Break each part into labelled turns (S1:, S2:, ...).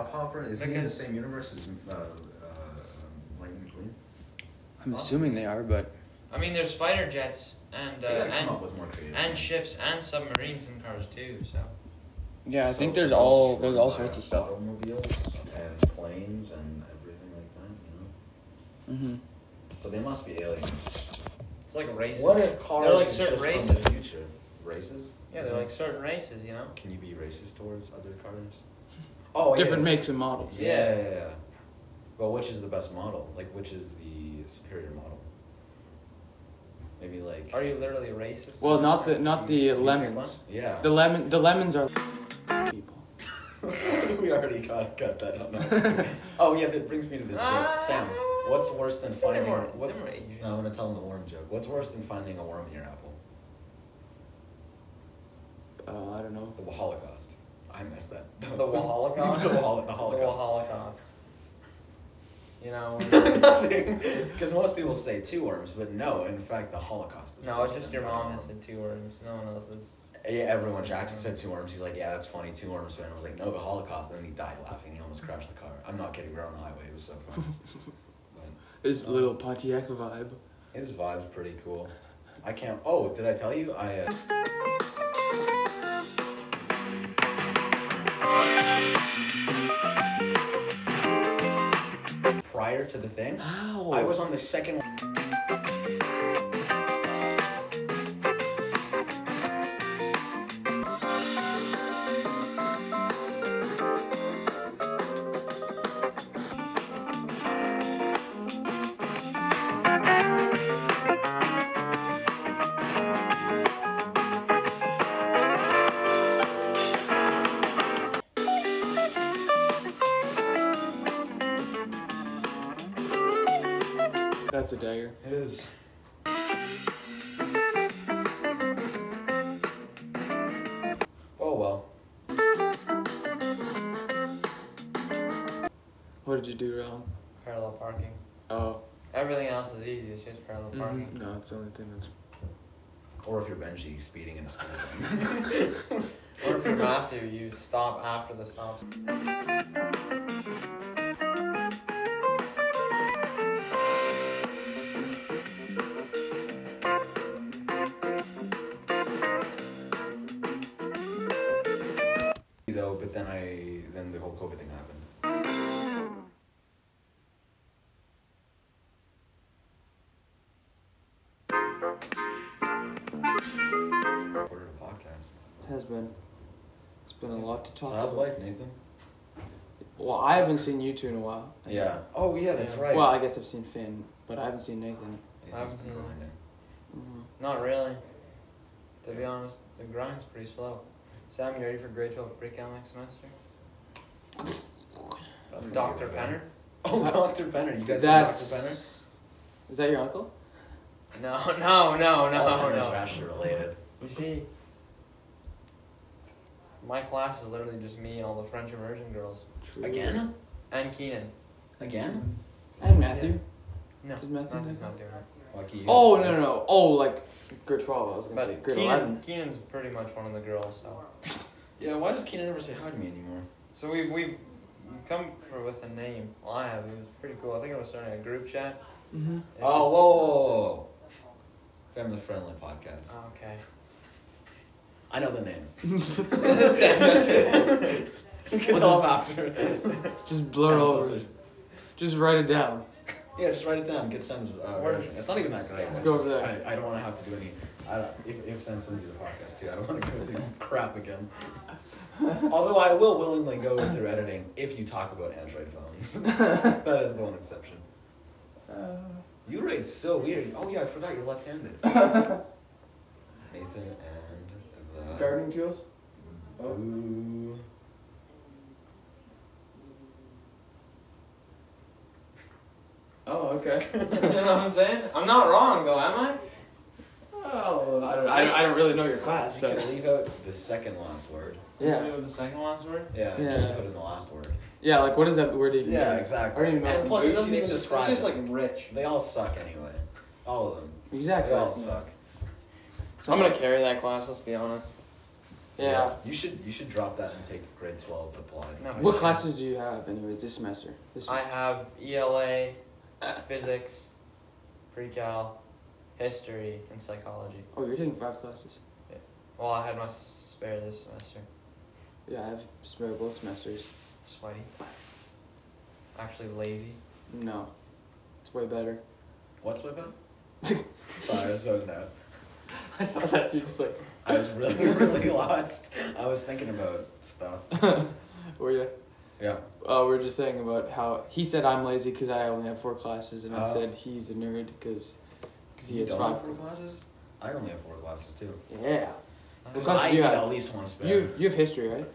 S1: Is
S2: That
S1: he in the
S2: guy's-
S1: same universe as uh, uh, Lightning McQueen?
S3: I'm assuming they are, but
S2: I mean, there's fighter jets and uh,
S1: They gotta come
S2: and,
S1: up with more creative.
S2: and
S1: things.
S2: ships and submarines in Cars too. So
S3: yeah, I
S1: So
S3: think there's
S1: those
S3: all
S1: were
S3: there's all
S1: by
S3: sorts of stuff.
S1: Automobiles and planes and everything like that. You know.
S3: Mm-hmm.
S1: So they must be aliens.
S2: it's like races.
S1: What if cars
S2: They're like
S1: is
S2: certain
S1: just
S2: races.
S1: from the future? Races?
S2: Yeah, they're like certain races, you know.
S1: Can you be racist towards other cars? Oh,
S3: Different
S1: yeah.
S3: makes and models.
S1: Yeah, yeah, yeah. But which is the best model? Like, which is the superior model? Maybe like.
S2: Are you literally racist?
S3: Well,
S2: in that
S3: not the
S2: sense?
S3: not
S2: Do you-
S3: the
S2: do you pick
S3: lemons.
S1: Yeah.
S3: The lemon the lemons are people.
S1: we already got, got that. Out. oh yeah, that brings me to the
S2: Ah.
S1: joke. Sam, what's worse than
S2: I think they're
S1: finding?
S2: more-
S1: what's,
S2: they're more Asian.
S1: no, I'm gonna tell him the worm joke. What's worse than finding a worm in your apple?
S3: Uh, I don't know.
S1: The Holocaust. I messed that.
S2: The Holocaust.
S1: the, Hol- the
S2: The
S1: Holocaust.
S2: Holocaust. You know.
S1: Nothing. Because most people say two worms, but no. In fact, the Holocaust. is
S2: no,
S1: worse
S2: it's just
S1: than
S2: your
S1: finding a
S2: mom has
S1: worm.
S2: said two words. No one else's.
S1: Yeah, everyone.
S2: Said
S1: Jackson said
S2: two
S1: two worms. He's like, yeah, that's funny. Two worms. And I was like, no, the Holocaust. And then he died laughing. He almost crashed the car. I'm not kidding. We were on the highway. It was so funny. But-
S3: It's a little Pontiac vibe.
S1: His vibe's pretty cool. I can't. Oh, did I tell you? I. Uh, prior to the thing,
S3: Ow.
S1: I was on the second.
S3: That's a dagger.
S1: It is. Oh well.
S3: What did you do wrong?
S2: Parallel parking.
S3: Oh,
S2: Everything else is easy. It's just parallel parking.
S3: mhm. no, it's the only thing that's.
S1: Or if you're Benji speeding in a school zone.
S2: Or for Matthew, you stop after the stop. sign.
S1: though, but then I then the whole COVID thing happened. Recorded a podcast.
S3: Has been. It's been a lot to
S1: So
S3: talk
S1: how's
S3: about.
S1: life, Nathan?
S3: Well, I haven't seen you two in a while.
S1: Yeah. Oh yeah, that's
S2: Yeah.
S1: right.
S3: Well, I guess I've seen Finn, but I haven't seen Nathan.
S1: Nathan's been
S2: I've-
S1: grinding.
S3: Mhm.
S2: Not really. To be honest, the grind's pretty slow. Sam, you ready for grade 12 pre-cal next semester?
S1: That's gonna
S2: Dr.
S1: be a good
S2: Penner?
S1: one.
S3: Uh,
S1: Oh, Dr. Penner. You guys have
S3: That's.
S1: Dr. Penner?
S3: Is that your uncle?
S2: No, no, no,
S1: All
S2: no,
S1: Penners are
S2: no.
S1: actually related.
S2: You see, my class is literally just me and all the French immersion girls.
S3: True.
S1: Again?
S2: And Keenan.
S1: Again?
S3: And Matthew.
S2: No,
S3: Is Matthew
S2: Matthew's
S3: there?
S2: not doing it.
S1: Lucky you.
S3: Oh no no no! Oh like grade twelve. I was gonna say
S2: But
S3: grade
S2: Keenan,
S3: eleven.
S2: Keenan's pretty much one of the girls, so.
S1: Yeah, why does Keenan never say hi to me anymore?
S2: So we've, we've come for, with a name. Well, I have. It was pretty cool. I think I was starting a group chat.
S3: Mm-hmm.
S2: It's
S1: oh,
S2: just-
S1: whoa, whoa, whoa, whoa. Family friendly podcast.
S2: Okay.
S1: I know the name.
S2: This is Sam. That's it.
S1: You can
S3: What's
S1: tell him after.
S3: Just blur over. it. Just write it down.
S1: Yeah, just write it down. Get Sam's. Uh,
S2: Where's-
S1: resume. it's not even that great.
S2: Let's
S1: It's
S3: go
S1: just-
S3: over there.
S1: I, I don't want to have to do any. I don't, if, if Sam sends you the podcast too, I don't want to go through crap again. Although I will willingly go through editing if you talk about Android phones. that is the one exception.
S3: Uh,
S1: You rate so weird. Oh yeah, I forgot you're left-handed. Nathan and the
S3: gardening tools.
S1: Ooh.
S3: Oh okay.
S2: you know what I'm saying? I'm not wrong though, am I?
S3: Oh, I don't. I don't, I don't really know your class.
S1: You
S3: So.
S1: can leave out the second last word.
S2: Can we
S3: Yeah.
S2: go with the second last word.
S1: Yeah,
S3: Yeah.
S1: just put in the last word.
S3: Yeah. Like what does that word even?
S1: Yeah,
S3: mean?
S1: exactly.
S3: I don't even know.
S1: And plus, it doesn't even describe.
S2: It's just
S1: it.
S2: like rich.
S1: they all suck anyway. All of them.
S3: Exactly.
S1: They all suck.
S3: So I'm gonna.
S2: carry that class. Let's be honest.
S3: Yeah.
S1: You should you should drop that and take grade twelve apply.
S2: No.
S3: What classes do you have, anyways, this semester? This
S2: I
S3: semester?
S2: have ELA, physics, pre-cal, history, and psychology.
S3: oh, you're taking five classes.
S2: Well, I had my spare this semester.
S3: Yeah, I have spare both semesters.
S2: Sweaty. Actually lazy.
S3: No, it's way better.
S1: What's with it? Sorry, I zoned out.
S3: I saw that you're just like,
S1: I was really really lost. I was thinking about stuff.
S3: were you?
S1: Yeah.
S3: Uh, we were just saying about how he said I'm lazy because I only have four classes, and I
S1: Oh.
S3: said he's a nerd because he
S1: You
S3: has
S1: don't
S3: five.
S1: have four classes. I only have four classes too.
S3: Yeah. What class
S1: I
S3: do you
S1: need
S3: have?
S1: at least one spare.
S3: You you have history right?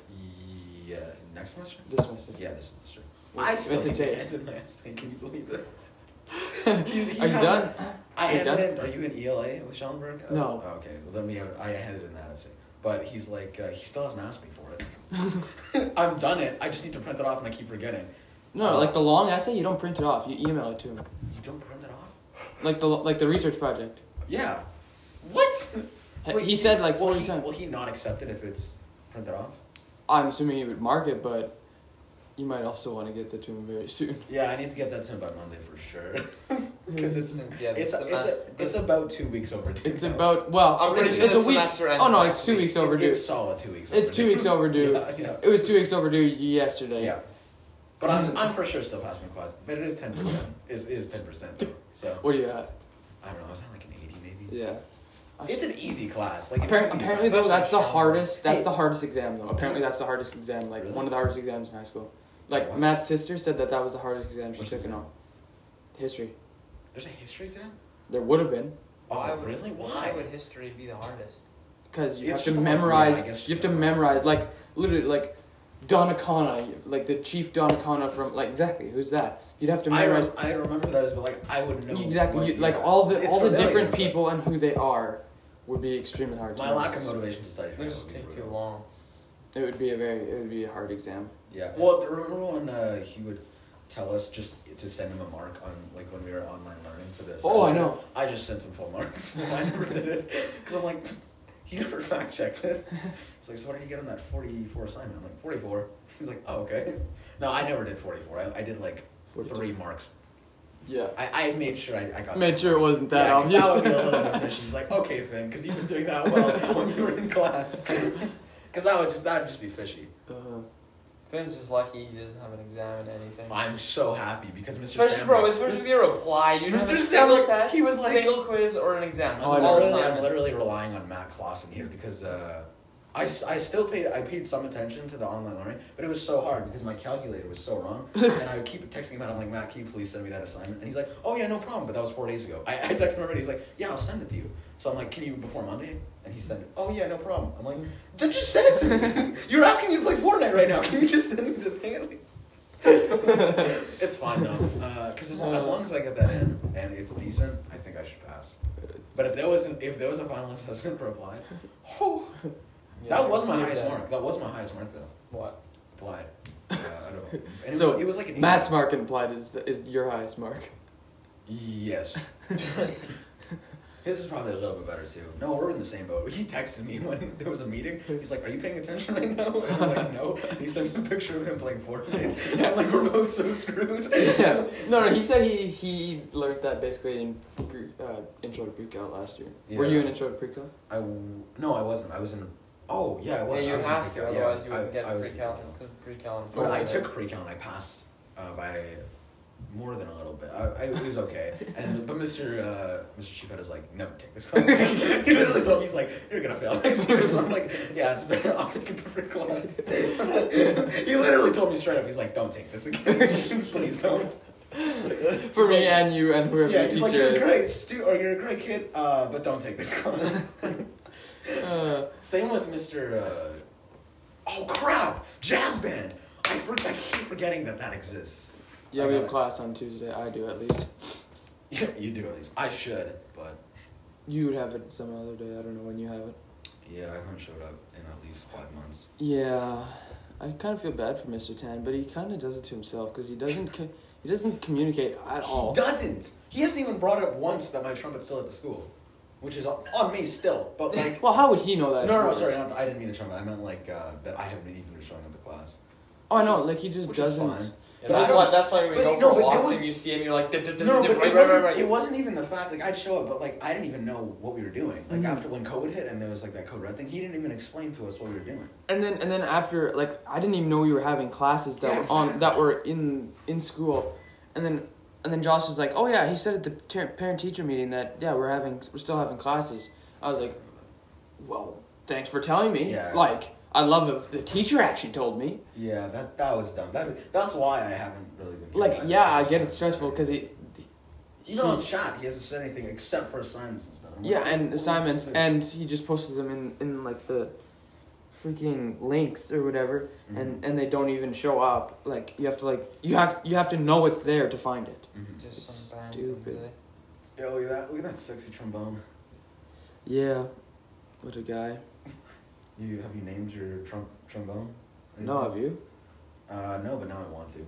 S1: Yeah. Next semester.
S3: This semester.
S1: Yeah, this semester.
S3: With- with the
S1: did
S3: tapes.
S1: last thing. Can you believe it? he
S3: Are you
S1: has
S3: done?
S1: I
S3: Are you
S1: had
S3: done?
S1: it in, are you in ELA with Schellenberg? Oh,
S3: No.
S1: oh, okay, well, then we have, I had it in that essay. But he's like, uh, he still hasn't asked me for it. I'm done it. I just need to print it off and I keep forgetting.
S3: No, like the long essay, you don't print it off. You email it to him.
S1: You don't print it off?
S3: Like the like the research project.
S1: Yeah. What?
S3: He- he said, like,
S1: will
S3: 40
S1: he-
S3: times.
S1: Will he not accept it if it's printed off?
S3: I'm assuming he would mark it, but you might also want to get that to him very soon.
S1: Yeah, I need to get that to him by Monday for sure. Because it's,
S2: Since, yeah,
S1: it's,
S2: this
S1: it's,
S2: semester,
S1: it's,
S2: this,
S1: about two weeks overdue.
S3: It's
S1: now.
S3: about well,
S2: I'm pretty
S3: it's,
S2: sure
S3: it's
S2: the
S3: a week.
S2: semester ends
S3: oh no,
S2: next
S3: it's two
S2: week.
S3: weeks
S1: It-
S3: overdue.
S1: It's solid two weeks
S3: It's two
S1: overdue.
S3: weeks overdue.
S1: Yeah, yeah.
S3: It was two weeks overdue yesterday.
S1: Yeah. But I'm, I'm for sure still passing the class. But it is 10%. it is, it is 10%. Though. So,
S3: What do you got?
S1: I don't know. Is that like an 80 maybe?
S3: Yeah.
S1: It's an easy class. Like, if
S3: Appar-
S1: you do
S3: apparently
S1: something-
S3: though, that's the
S2: Especially
S3: hardest. That's
S1: Hey.
S3: the hardest exam though. Apparently that's the hardest exam. Like
S1: Really?
S3: one of the hardest exams in high school. Like
S1: Wow.
S3: Matt's sister said that that was the hardest exam she
S1: Which
S3: took in
S1: exam?
S3: all. History.
S1: There's a history exam?
S3: There would have been
S2: why
S1: Oh,
S2: would,
S1: really?
S2: Why
S1: Why?
S2: would history be the hardest?
S3: because you
S1: It's
S3: have
S1: just a
S3: to
S1: lot- yeah, I
S3: memorize.
S1: guess
S3: you have to
S1: just
S3: memorize
S1: memorize.
S3: like literally like Donnacona, like the chief Donnacona from like exactly who's that? You'd have to
S1: I,
S3: memorize
S1: rem- I remember that as well. Like, I would know.
S3: exactly
S1: what-
S3: you, like
S1: yeah.
S3: all the
S1: It's
S3: all the
S1: familiar,
S3: different
S1: but
S3: people and who they are would be extremely hard. to
S1: My lack of
S3: memorize.
S1: motivation to study.
S2: This
S1: now
S2: just
S1: would be
S2: take too
S1: brutal.
S2: long.
S3: It would be a very it would be a hard exam.
S1: Yeah. Well, remember when uh, he would tell us just to send him a mark on, like, when we were online learning for this?
S3: Oh, I know.
S1: I just sent him full marks. I never did it. Because I'm like, he never fact checked it. It's like, so what did you get on that 44 assignment? I'm like, 44. He's like, oh, okay. No, I never did 44. I, I did like
S3: 42.
S1: three marks.
S3: Yeah.
S1: I, I made sure I, I got
S3: Made sure it wasn't that
S1: yeah, 'cause
S3: obvious.
S1: That would be a little inefficient. He's like, okay, Finn, because you've been doing that well when you were in class. Because that would just that would just be fishy.
S3: Uh,
S2: Finn's just lucky he doesn't have an exam in anything.
S1: I'm so happy because Mr.
S2: First,
S1: Sandberg-
S2: bro, it's supposed to be a reply. You didn't have
S1: Mr.
S2: a single
S1: Sandberg,
S2: test,
S1: he was like-
S2: single quiz, or an exam. It
S1: I'm,
S2: was
S3: Oh,
S2: all
S1: literally, I'm
S2: assignments.
S1: literally relying on Matt Clausen here because uh, I, s- I still paid I paid some attention to the online learning, but it was so hard because my calculator was so wrong, and I would keep texting him out. I'm like, Matt, can you please send me that assignment? And he's like, Oh yeah, no problem. But that was four days ago. I, I texted him already. He's like, Yeah, I'll send it to you. So I'm like, Can you before Monday? And he sent it. Oh yeah, no problem. I'm like, Then just send it to me. You're asking me to play Fortnite right now. Can you just send me the thing at least? it's fine though, because as, long- as long as I get that in and it's decent, I think I should pass. But if there was an, if there was a final assessment for applied, whew,
S2: Yeah,
S1: that was my
S2: you
S1: highest
S2: did.
S1: mark. That was my highest mark though.
S2: What?
S1: Applied. Uh, I don't know. And it
S3: so
S1: was, it was like an
S3: Matt's
S1: email.
S3: mark in applied is is your highest mark.
S1: Yes. His is probably a little bit better too. No, we're in the same boat. He texted me when there was a meeting. He's like, "Are you paying attention right now?" And I'm like, "No." And he sends a picture of him playing Fortnite. And I'm like, "We're both so screwed."
S3: yeah. No, no. He said he he learned that basically in gr- uh, intro to pre-cal last year. Were
S1: Yeah.
S3: you in intro to pre-cal?
S1: I w- no, I wasn't. I was in. Oh yeah, I
S2: Yeah,
S1: was.
S2: you
S1: I was in
S2: have to,
S1: pre-cal. Yeah,
S2: otherwise you
S1: I-
S2: would
S1: I
S2: get
S1: was in
S2: pre-cal.
S1: pre-cal.
S2: Cause pre-cal and
S1: But I
S2: pre-cal.
S1: took pre-cal and I passed uh, by more than a little bit. I, I, it was okay. And but Mr. Uh, Mr. Chupet is like, never take this class. he literally told me he's like, you're gonna fail next year. So I'm like, yeah, it's better. I'll take a different class. he literally told me straight up, he's like, don't take this again. Please don't.
S3: For
S1: He's
S3: me
S1: like-
S3: and you and whoever
S1: yeah,
S3: your
S1: he's
S3: teacher
S1: like, you're a
S3: is.
S1: great stu- or you're a great kid, uh, but don't take this class.
S3: Uh,
S1: Same with Mr. Uh, oh crap, jazz band. I, for- I keep forgetting that that exists.
S3: yeah,
S1: I
S3: we
S1: got
S3: have
S1: it.
S3: class on Tuesday. I do at least.
S1: Yeah, you do at least. I should, but
S3: You would have it some other day. I don't know when you have it.
S1: yeah, I haven't showed up in at least five months.
S3: Yeah, I kind of feel bad for Mr. Tan, but he kind of does it to himself because he doesn't co- he doesn't communicate at all.
S1: He doesn't. He hasn't even brought up once that my trumpet's still at the school. which is on me still. But like,
S3: Well, how would he know
S1: no,
S3: that?
S1: no, no,
S3: afterwards?
S1: sorry, not, I didn't mean to show it. I meant like uh, that I haven't been even showing up to class.
S3: Oh no, like he just
S1: Which is
S3: doesn't.
S1: fine.
S2: Yeah,
S1: But
S2: that's
S1: I
S2: why.
S1: don't-
S2: That's why when you
S1: but
S2: go
S1: no,
S2: for
S1: but there
S2: walks
S1: was-
S2: and you see him, you're like, dip, dip, dip,
S1: No,
S2: dip,
S1: but
S2: right,
S1: it
S2: right,
S1: wasn't,
S2: right, right.
S1: it wasn't even the fact, like, I'd show up, but, like, I didn't even know what we were doing. Like,
S3: Mhm.
S1: after when COVID hit and there was, like, that code red thing, he didn't even explain to us what we were doing.
S3: And then and then after like I didn't even know we were having classes that
S1: Yeah,
S3: were on
S1: exactly.
S3: that were in in school, and then and then Josh is like, oh yeah, he said at the ter- parent teacher meeting that yeah we're having we're still having classes. I was like, well, thanks for telling me.
S1: Yeah.
S3: Like I love if the teacher actually told me.
S1: Yeah, that that was dumb. That, that's why I haven't really been.
S3: Like yeah, I get it's stressful because he.
S1: You know, I'm
S3: he's-
S1: shot. He hasn't said anything except for assignments and stuff. I'm like,
S3: Yeah,
S1: what- what
S3: and
S1: was
S3: assignments,
S1: he doing?
S3: and he just posted them in, in like the freaking links or whatever,
S1: Mm-hmm.
S3: and and they don't even show up. Like you have to like you have you have to know it's there to find it.
S1: Mhm.
S2: Just
S3: It's
S2: some band
S3: stupid.
S2: really.
S1: Yeah, look at that. Look at that sexy trombone.
S3: Yeah, what a guy.
S1: You have you named your trump trombone?
S3: No, have you?
S1: Uh, no, but now I want to.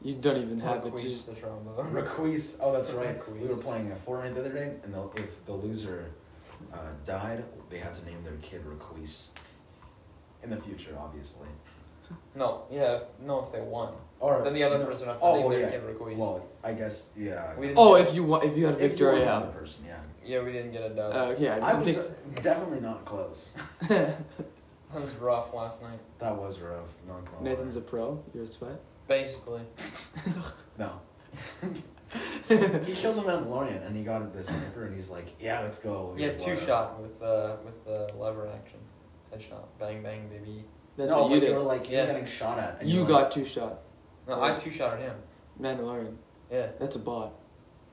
S3: You don't even have it.
S2: Requeese
S3: Just,
S2: the trombone.
S1: Requeese. Oh, that's right. We were
S2: Requeese.
S1: playing a Fortnite the other day, and the, if the loser uh, died, they had to name their kid Requeese. In the future, obviously.
S2: No, yeah, no, if they won.
S1: Or
S2: Then the other
S1: no-
S2: person have to
S1: oh,
S2: name
S1: well,
S2: their
S1: yeah.
S2: kid Requeese.
S1: Well, I guess yeah.
S2: We didn't-
S3: oh, if you wa- if you had
S1: If you were
S3: Victoria.
S1: another person, yeah.
S2: Yeah, we didn't get a dub.
S3: Uh, yeah,
S1: I
S3: I
S1: was
S3: think
S1: uh, definitely not close.
S2: that was rough last night.
S1: That was rough. Not gonna lie.
S3: Nathan's a pro. You're a sweat.
S2: Basically.
S1: No. he killed the Mandalorian and he got this sniper and he's like, yeah, let's go.
S2: Yeah,
S1: Here's
S2: two
S1: water."
S2: shot with uh, with the lever action, headshot, bang bang baby.
S3: That's
S1: no,
S3: what you
S1: but
S3: did.
S1: were like, you're
S2: Yeah.
S1: getting shot at. and
S3: you
S1: you're
S3: got
S1: like,
S3: two shot.
S2: No, I two shot at him.
S3: Mandalorian.
S2: Yeah,
S3: That's a bot.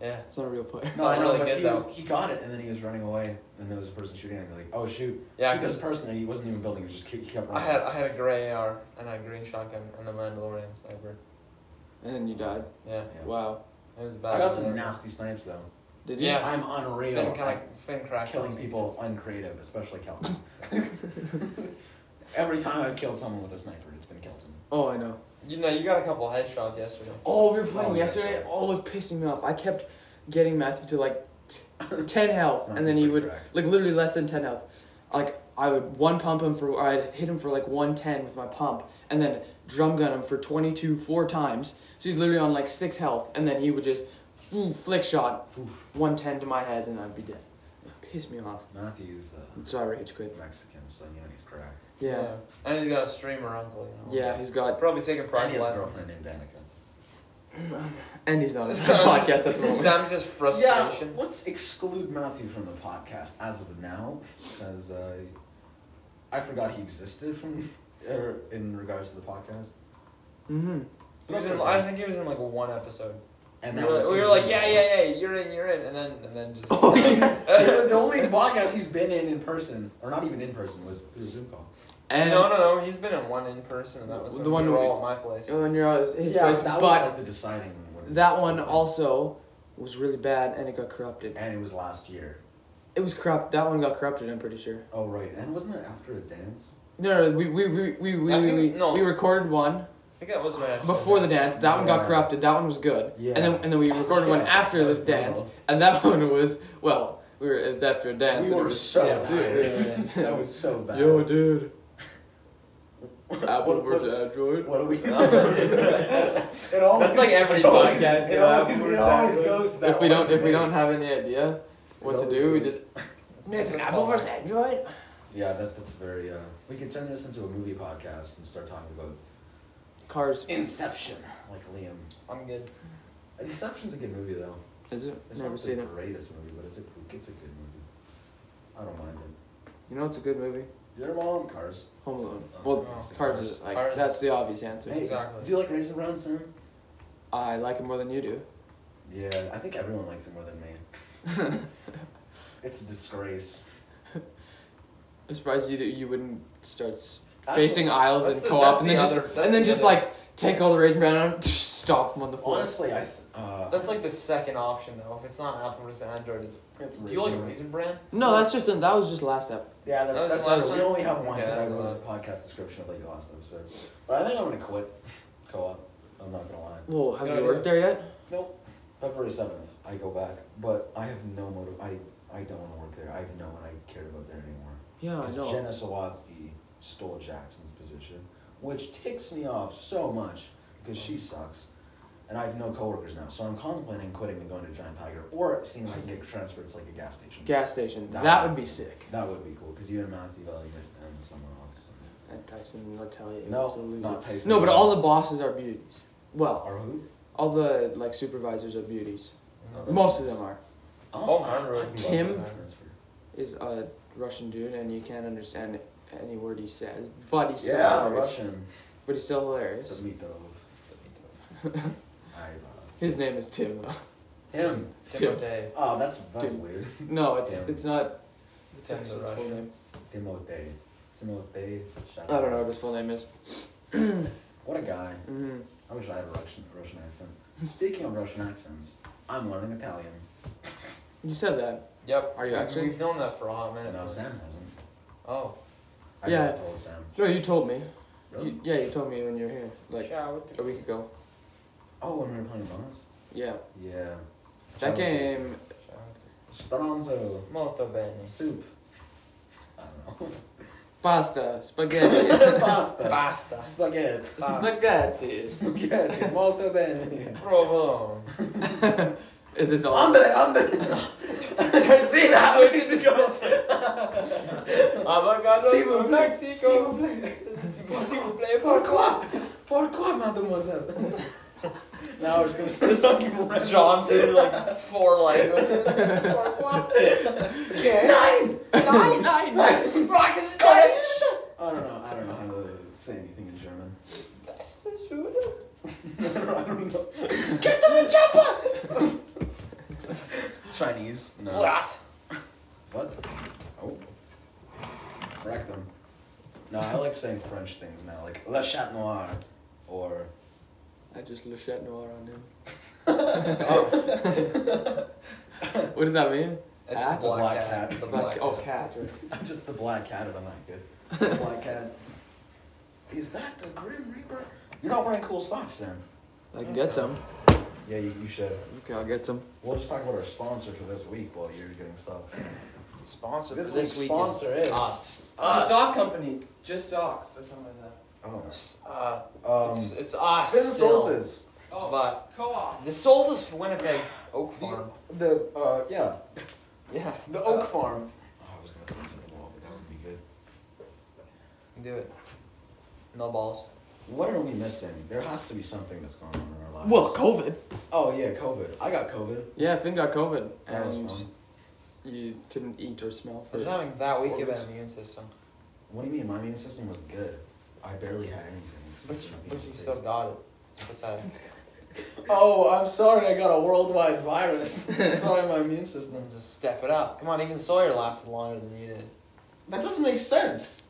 S2: yeah.
S3: It's not a real player.
S1: No, I
S2: Not
S1: know,
S2: really
S1: but
S2: good,
S1: he, was,
S2: though.
S1: he got it and then he was running away and there was a person shooting at him. Like, oh shoot,
S2: Yeah,
S1: shoot this
S2: 'cause-
S1: person and he wasn't even building. He was just he kept
S2: I
S1: running.
S2: had I had a gray AR and a green shotgun and the Mandalorian sniper.
S3: And then you died.
S2: Yeah,
S1: Yeah.
S3: Wow.
S2: it was bad.
S1: I got some nasty snipes though.
S3: Did you?
S2: Yeah.
S1: I'm unreal.
S2: Finn,
S1: at
S2: kind of, Finn cracked
S1: killing
S2: on some
S1: people
S2: kids.
S1: uncreative, especially Kelton. Every time I've killed someone with a sniper, it's been Kelton.
S3: Oh, I know.
S2: You know, you got a couple headshots yesterday.
S3: Oh, we were playing
S1: Oh, yeah,
S3: yesterday.
S1: sorry.
S3: Oh, it was pissing me off. I kept getting Matthew to like t- ten health,
S1: Not
S3: and then he
S1: pretty
S3: would
S1: correct.
S3: like literally less than ten health. Like I would one pump him for, or I'd hit him for like one ten with my pump, and then drum gun him for twenty two four times. So he's literally on like six health, and then he would just foo, flick shot
S1: Oof.
S3: one ten to my head, and I'd be dead. It pissed me off.
S1: Matthew's uh,
S3: So I rage quit.
S1: Mexican, so you know he's cracked.
S3: Yeah,
S2: And he's got a streamer uncle, you know.
S3: yeah. He's got,
S2: Probably taking
S1: And he
S2: private
S1: has a
S2: lessons.
S1: girlfriend named Danica.
S3: and he's not on the podcast at the moment.
S2: Sam's just frustration.
S1: let's exclude Matthew from the podcast as of now, because uh, I forgot he existed from er, in regards to the podcast.
S3: Mm-hmm.
S2: He was in, I think he was in like one episode.
S1: And
S2: we
S1: that
S2: were,
S1: was
S2: we were
S1: season
S2: like, yeah,
S1: one.
S2: yeah, yeah, you're in, you're in, and then and then just.
S3: Oh, yeah.
S1: It was the only podcast he's been in in person, or not even in person, was through a Zoom call.
S3: And
S2: no, no, no. He's been in one in person, and that was
S3: The
S2: when we
S3: one
S2: were
S3: we-
S2: all at my place.
S3: Oh, and you're out of his
S1: yeah,
S3: place.
S1: that
S3: But
S1: was like the deciding. one.
S3: that one also was really bad, and it got corrupted.
S1: And it was last year.
S3: It was corrupt. That one got corrupted. I'm pretty sure.
S1: Oh right, and wasn't it after a dance?
S3: No, no, we we we we we,
S2: I
S3: we,
S2: think-
S3: we,
S2: no.
S3: we recorded one
S2: I think that was my actual
S3: before the dance. That one got
S1: Yeah.
S3: corrupted. That one was good.
S1: Yeah.
S3: And then and then we recorded one
S1: Yeah,
S3: after
S1: that
S3: the
S1: was brutal.
S3: dance, and that one was well, we were it was after a dance.
S1: we
S3: and
S1: were
S3: it was,
S1: so
S2: yeah,
S1: tired.
S3: dude, yeah, yeah.
S1: that was so bad.
S3: Yo, dude. Apple
S1: What-
S3: versus Android.
S1: What are we? it
S2: That's like every
S1: it always-
S2: podcast,
S1: It
S2: you know,
S1: always,
S2: we're
S1: it always
S2: exactly-
S1: goes. That
S3: If we don't
S1: way.
S3: if we don't have any idea what to
S1: always
S3: do, we
S1: goes.
S3: just Nathan Apple versus Android.
S1: Yeah, that, that's very. Uh, we could turn this into a movie podcast and start talking about
S3: Cars.
S1: Inception, like Liam.
S2: I'm good.
S1: Inception's a good movie though.
S3: Is it?
S1: It's
S3: Never
S1: not
S3: seen
S1: the
S3: it.
S1: greatest movie, but it's a it's a good movie. I don't mind it.
S3: You know it's a good movie.
S1: Your mom, Cars.
S3: Home Alone.
S1: Oh,
S3: Well,
S1: obviously
S3: Cars is like
S2: Cars.
S3: that's the obvious answer.
S1: Hey,
S2: Exactly.
S1: Do you like Raisin Brown, Sam?
S3: I like it more than you do.
S1: Yeah, I think everyone likes it more than me. it's a disgrace.
S3: I'm surprised you do, you wouldn't start s
S1: Actually,
S3: facing aisles
S2: that's
S3: and
S2: the- that's
S3: co-op and then
S2: the
S3: just
S2: other- that's
S3: and then
S2: the
S3: just
S2: other-
S3: like take all the raisin brown and stomp them on the floor.
S1: Honestly, I. Th- uh,
S2: That's like the second option though. If it's not Apple versus Android, it's.
S1: It's
S2: Do you like
S1: Raisin-
S2: Raisin Bran?
S3: no, that's just that was just last step.
S1: Yeah,
S2: That
S1: that's,
S2: was
S1: that's,
S2: the last
S1: that's we
S2: one?
S1: only have one because
S2: Okay,
S1: I
S2: that's
S1: wrote the podcast description of like the last episode. But I think I'm gonna quit co-op. I'm not gonna lie.
S3: Well,
S2: Good
S3: have you
S2: idea.
S3: worked there yet?
S1: Nope. February seventh, I go back, but I have no motive. I I don't want to work there. I have no one I care about there anymore.
S3: Yeah, I
S1: Because
S3: know.
S1: Jenna Sawatsky stole Jackson's position, which ticks me off so much because she sucks. And I have no coworkers now, so I'm contemplating quitting and going to Giant Tiger or seeing if I can get transferred to like a gas station.
S3: Gas station.
S1: That
S3: That,
S1: would-
S3: would be sick.
S1: That would be cool because you and Matthew Elliott and someone else.
S3: And Tyson, I'll tell you.
S1: No,
S3: he's a loser.
S1: not Tyson.
S3: No, but all the bosses are beauties. Well,
S1: Are who?
S3: all the like supervisors are beauties.
S1: Oh.
S3: Most of them are.
S2: Oh, I really love
S3: Tim?
S2: that.
S3: Is a Russian dude, and you can't understand any word he says, but he's still
S1: Yeah,
S3: hilarious.
S1: Russian.
S3: But he's still hilarious.
S1: Dmitov. I, uh,
S3: His name is Tim. though.
S1: Tim.
S3: Tim.
S2: Timotei.
S1: Oh, that's that's
S3: Dude.
S1: weird.
S3: no, it's
S1: Tim.
S3: it's not. It's
S2: Tim's
S3: actually
S2: a
S3: his full
S2: Russian.
S3: name.
S1: Timotei. Timotei.
S3: I don't know what his full name is.
S1: What a guy.
S3: hmm
S1: I wish I had a Russian, Russian accent. Speaking of Russian accents, I'm learning Italian.
S3: You said that.
S2: Yep.
S3: Are you actually?
S2: We've known that for a hot minute.
S1: No,
S2: man.
S1: Sam hasn't.
S2: Oh.
S1: I
S3: Yeah.
S1: never told Sam.
S3: No, you told me.
S1: Really?
S3: You, yeah, you told me when you were here, like
S2: Shout.
S3: a week ago.
S1: Oh, when we were playing bonus?
S3: Yeah,
S1: Yeah.
S3: that
S1: Shout out to-
S3: game.
S2: Shout.
S1: Stronzo.
S2: Molto bene.
S1: Soup. I don't know.
S3: Pasta, spaghetti,
S1: Pasta.
S2: Basta.
S1: Spaghetti.
S2: Pasta.
S3: spaghetti.
S1: Spaghetti. Molto bene.
S2: Provolone.
S3: Is this all?
S1: Andre, Andre. See that?
S2: So it's Avocado
S1: S'il
S2: from
S1: vous plaît. S'il
S2: Mexico.
S1: vous plaît.
S2: S'il vous plaît,
S1: Pourquoi? Pourquoi, mademoiselle? now we're just gonna start talking Russian.
S2: Johnson, like four languages.
S1: Nine!
S3: Nine, nine, nine.
S1: I don't know. I don't know how to say anything in German. I don't know. Get to the chopper! Ah, Chinese. No.
S2: Blat.
S1: What? Oh. Correct them. No, I like saying French things now, like La Chat Noir, or
S3: I just Le Chat Noir on him.
S2: Oh,
S3: What does that mean?
S2: it's
S3: Cat?
S2: the black
S1: Black
S2: cat.
S1: cat.
S2: The
S3: Like,
S2: black
S3: oh,
S2: cat.
S3: cat. Right?
S1: I'm just the black cat, and I'm not good. The black cat. Is that the Grim Reaper? You're not wearing cool socks, Sam.
S3: I can get some.
S1: Yeah, you, you should.
S3: Okay, I'll get some.
S1: We'll just talk about our sponsor for this week while you're getting socks.
S2: Sponsor
S1: This,
S2: this,
S1: week's
S2: weekend.
S1: sponsor is
S2: Us.
S1: Us.
S3: company, just socks or something like that.
S1: Oh.
S2: Uh,
S1: Um,
S2: it's, it's us.
S1: Finn
S2: still. Oh,
S1: sold this.
S2: But
S3: co-op.
S2: the sold is for Winnipeg Oak Farm.
S1: The uh, yeah,
S2: Yeah. uh,
S1: the Oak Farm. Oh, I was gonna throw something at the wall, but that would be good.
S2: Do it. No balls.
S1: What are we missing? There has to be something that's going on in our lives.
S3: Well, COVID.
S1: oh yeah, COVID. I got COVID.
S3: Yeah, Finn got COVID,
S1: That was
S3: and
S1: fun.
S3: you couldn't eat or smell
S2: There's
S3: for.
S2: nothing that weak
S3: Four
S2: about
S3: weeks.
S2: the immune system.
S1: What do you mean? My immune system was good. I barely had anything. so
S2: But
S1: it's
S2: you,
S1: nothing
S2: but you
S1: crazy.
S2: still got it. It's pathetic.
S1: Oh, I'm sorry. I got a worldwide virus. sorry, my immune system.
S2: Just step it up. Come on, even Sawyer lasted longer than you did.
S1: That doesn't make sense.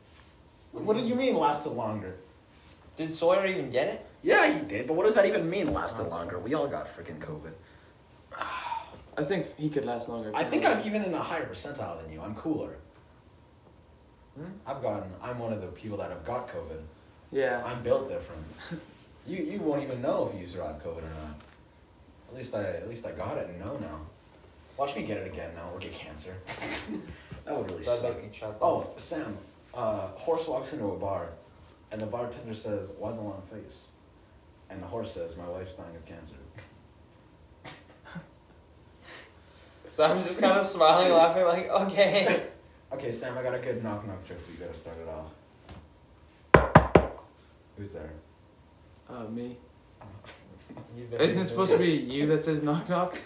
S1: What do you mean lasted longer?
S2: Did Sawyer even get it?
S1: Yeah, he did. But what does that even mean? Lasted longer? We all got freaking COVID.
S3: I think he could last longer. if
S1: I
S3: he
S1: think
S3: wanted.
S1: I'm even in a higher percentile than you. I'm cooler.
S2: Hmm?
S1: I've gotten. I'm one of the people that have got COVID.
S3: Yeah.
S1: I'm built different. you you won't even know if you survived COVID or not. At least I at least I got it and know now. Watch me get it again now or get cancer. that would really
S2: That
S1: suck.
S2: fucking shut down.
S1: Oh, Sam. Uh, horse walks into a bar, and the bartender says, "Why the long face?" And the horse says, "My wife's dying of cancer."
S2: So I'm just kind of smiling, laughing, like, okay.
S1: Okay, Sam, I got a good knock knock joke for you. Gotta start it off. Who's there?
S3: Uh, me.
S2: You've been
S3: Isn't it supposed to be you that says knock knock?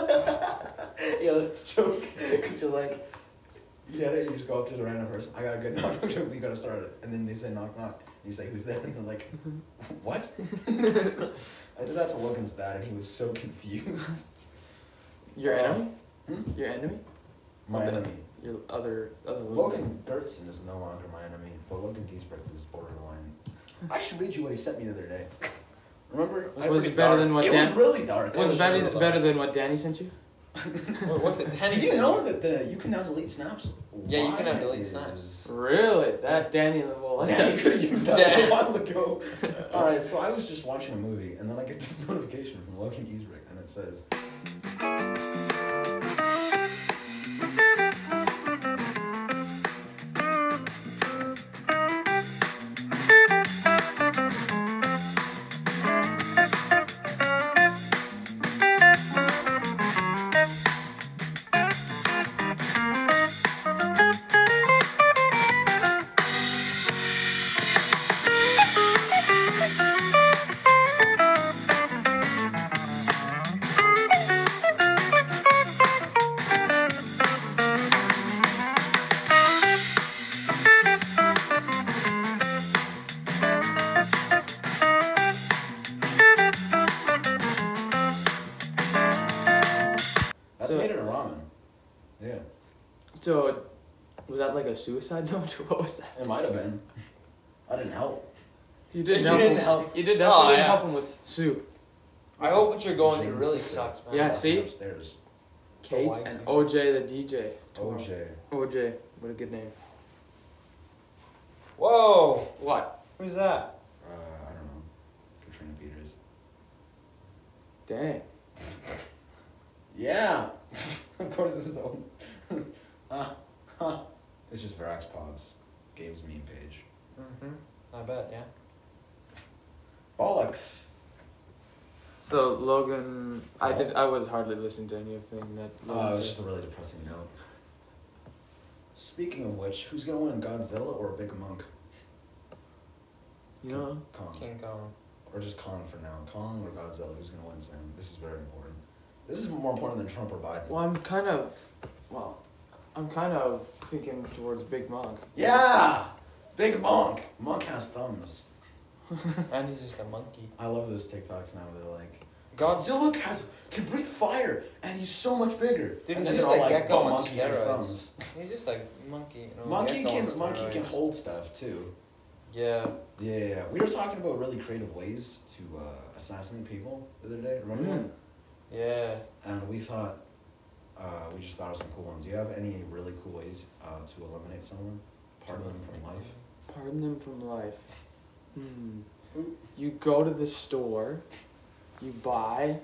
S1: Yeah, that's the joke. Because you're like, you get it, you just go up to the random person, I got a good knock knock joke, you gotta start it. And then they say knock knock. And you say, who's there? And they're like, what? I did that to Logan's dad, and he was so confused.
S3: Your
S1: Uh,
S3: enemy?
S1: hmm?
S3: Your enemy?
S1: My
S3: Okay.
S1: enemy.
S3: Your other other
S1: Logan Gertzen is no longer my enemy, but Logan Giesbrecht is borderline. I should read you what he sent me the other day. Remember?
S3: Was,
S1: I-
S3: was
S2: pretty
S3: it better
S2: dark.
S3: than what
S1: it was
S3: Dan?
S1: really dark.
S3: Was it better
S1: really dark.
S3: e- better than what Danny sent you?
S2: What- What's it?
S1: Did you know that the, you can now delete snaps?
S2: Yeah, you can now
S1: Why
S2: delete
S1: is-
S2: snaps.
S3: Really? That Danny well, that's-
S1: Damn, you could use that
S2: Damn.
S1: a while ago. All right, so I was just watching a movie, and then I get this notification from Logan Giesbrick, and that says that's
S3: So-
S1: made in a ramen. Yeah,
S3: So, was that like a suicide note? What was that?
S1: it might have been. I didn't help.
S3: You
S2: You
S3: didn't,
S2: didn't
S3: him.
S2: help.
S3: You did
S2: Oh,
S3: definitely
S2: yeah.
S3: didn't help him with soup.
S2: I hope what you're going through
S1: James
S2: really
S1: said.
S2: sucks, man.
S3: Yeah,
S1: Walking
S3: see?
S1: Upstairs. Oh,
S3: Kate
S2: why
S3: and
S2: Tuesday?
S3: OJ the DJ. tomorrow.
S1: OJ.
S3: OJ, what a good name.
S2: Whoa!
S3: What?
S2: Who's that?
S1: Uh, I don't know. Katrina Peters.
S3: Dang.
S1: Yeah. of course, this is the one. huh. Huh. It's just Verax Pods. Games meme page.
S2: Mm-hmm. I bet, yeah.
S1: Bollocks.
S3: So Logan, I
S1: Oh.
S3: did. I was hardly listening to anything that.
S1: Oh,
S3: Logan
S1: it was
S3: said.
S1: just a really depressing note. Speaking of which, who's gonna win, Godzilla or Big Monk?
S3: you know.
S1: Kong.
S2: King Kong.
S1: Or just Kong for now. Kong or Godzilla, who's gonna win, Sam? This is very important. This is more important than Trump or Biden.
S3: Well, I'm kind of. Well, I'm kind of thinking towards Big Monk.
S1: Yeah! Big Monk! Monk has thumbs.
S2: and he's just a monkey.
S1: I love those TikToks now where they're like, Godzilla has can breathe fire and he's so much bigger.
S2: Dude,
S1: and then
S2: he's just
S1: they're all
S2: a gecko
S1: "But
S2: on
S1: monkey has
S2: steroids."
S1: thumbs.
S2: He's just like monkey. You know,
S1: Monkey
S2: gecko
S1: can
S2: on
S1: monkey can
S2: steroids.
S1: hold stuff too.
S2: Yeah.
S1: Yeah, yeah, yeah. We were talking about really creative ways to uh, assassinate people the other day, remember?
S3: Mm.
S2: Yeah.
S1: And we thought, uh, we just thought of some cool ones. Do you have any really cool ways uh, to eliminate someone? Pardon them from life?
S3: Pardon them from life. Hmm.
S1: Oop.
S3: You go to the store. You buy.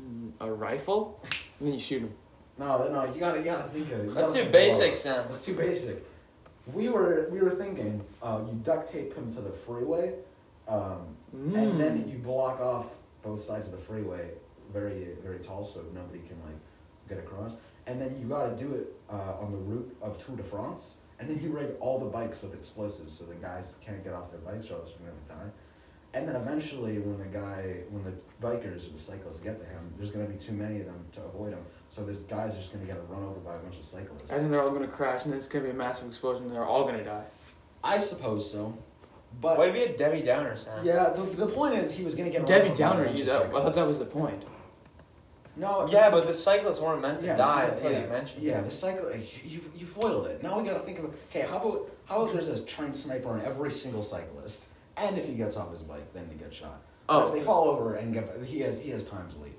S3: mm, A rifle, and then you shoot him. No,
S1: No, no, you gotta, you gotta think of it. You
S2: Let's
S1: gotta think
S2: do basic,
S1: about it.
S2: Sam.
S1: That's too basic. We were, we were thinking, uh, you duct tape him to the freeway, um,
S3: Hmm.
S1: and then you block off both sides of the freeway very very tall so nobody can like get across and then you got to do it uh, on the route of tour de france and then you rig all the bikes with explosives so the guys can't get off their bikes or else they're going to die and then eventually when the guy when the bikers or the cyclists get to him there's going to be too many of them to avoid him so this guy's just going to get run over by a bunch of cyclists
S3: And then they're all gonna crash, and then it's gonna be a massive explosion, and they're all gonna die.
S1: i suppose so but
S2: Why to be a Debbie Downer, Sam?
S1: yeah the, the point is he was going to get run over
S3: Debbie
S1: by a
S3: Downer,
S1: bunch
S3: you
S1: of
S3: that, I thought that
S1: cyclists.
S3: was the point.
S1: no
S2: Yeah, but the cyclists weren't meant to die
S1: yeah,
S2: until
S1: yeah,
S2: you mentioned
S1: Yeah,
S2: it.
S1: the cycle. eh, You, you foiled it. Now we gotta think of okay. How about how about there's a trained sniper on every single cyclist, and if he gets off his bike, then they get shot. But if
S3: Oh.
S1: they fall over and get, he has he has time to leave.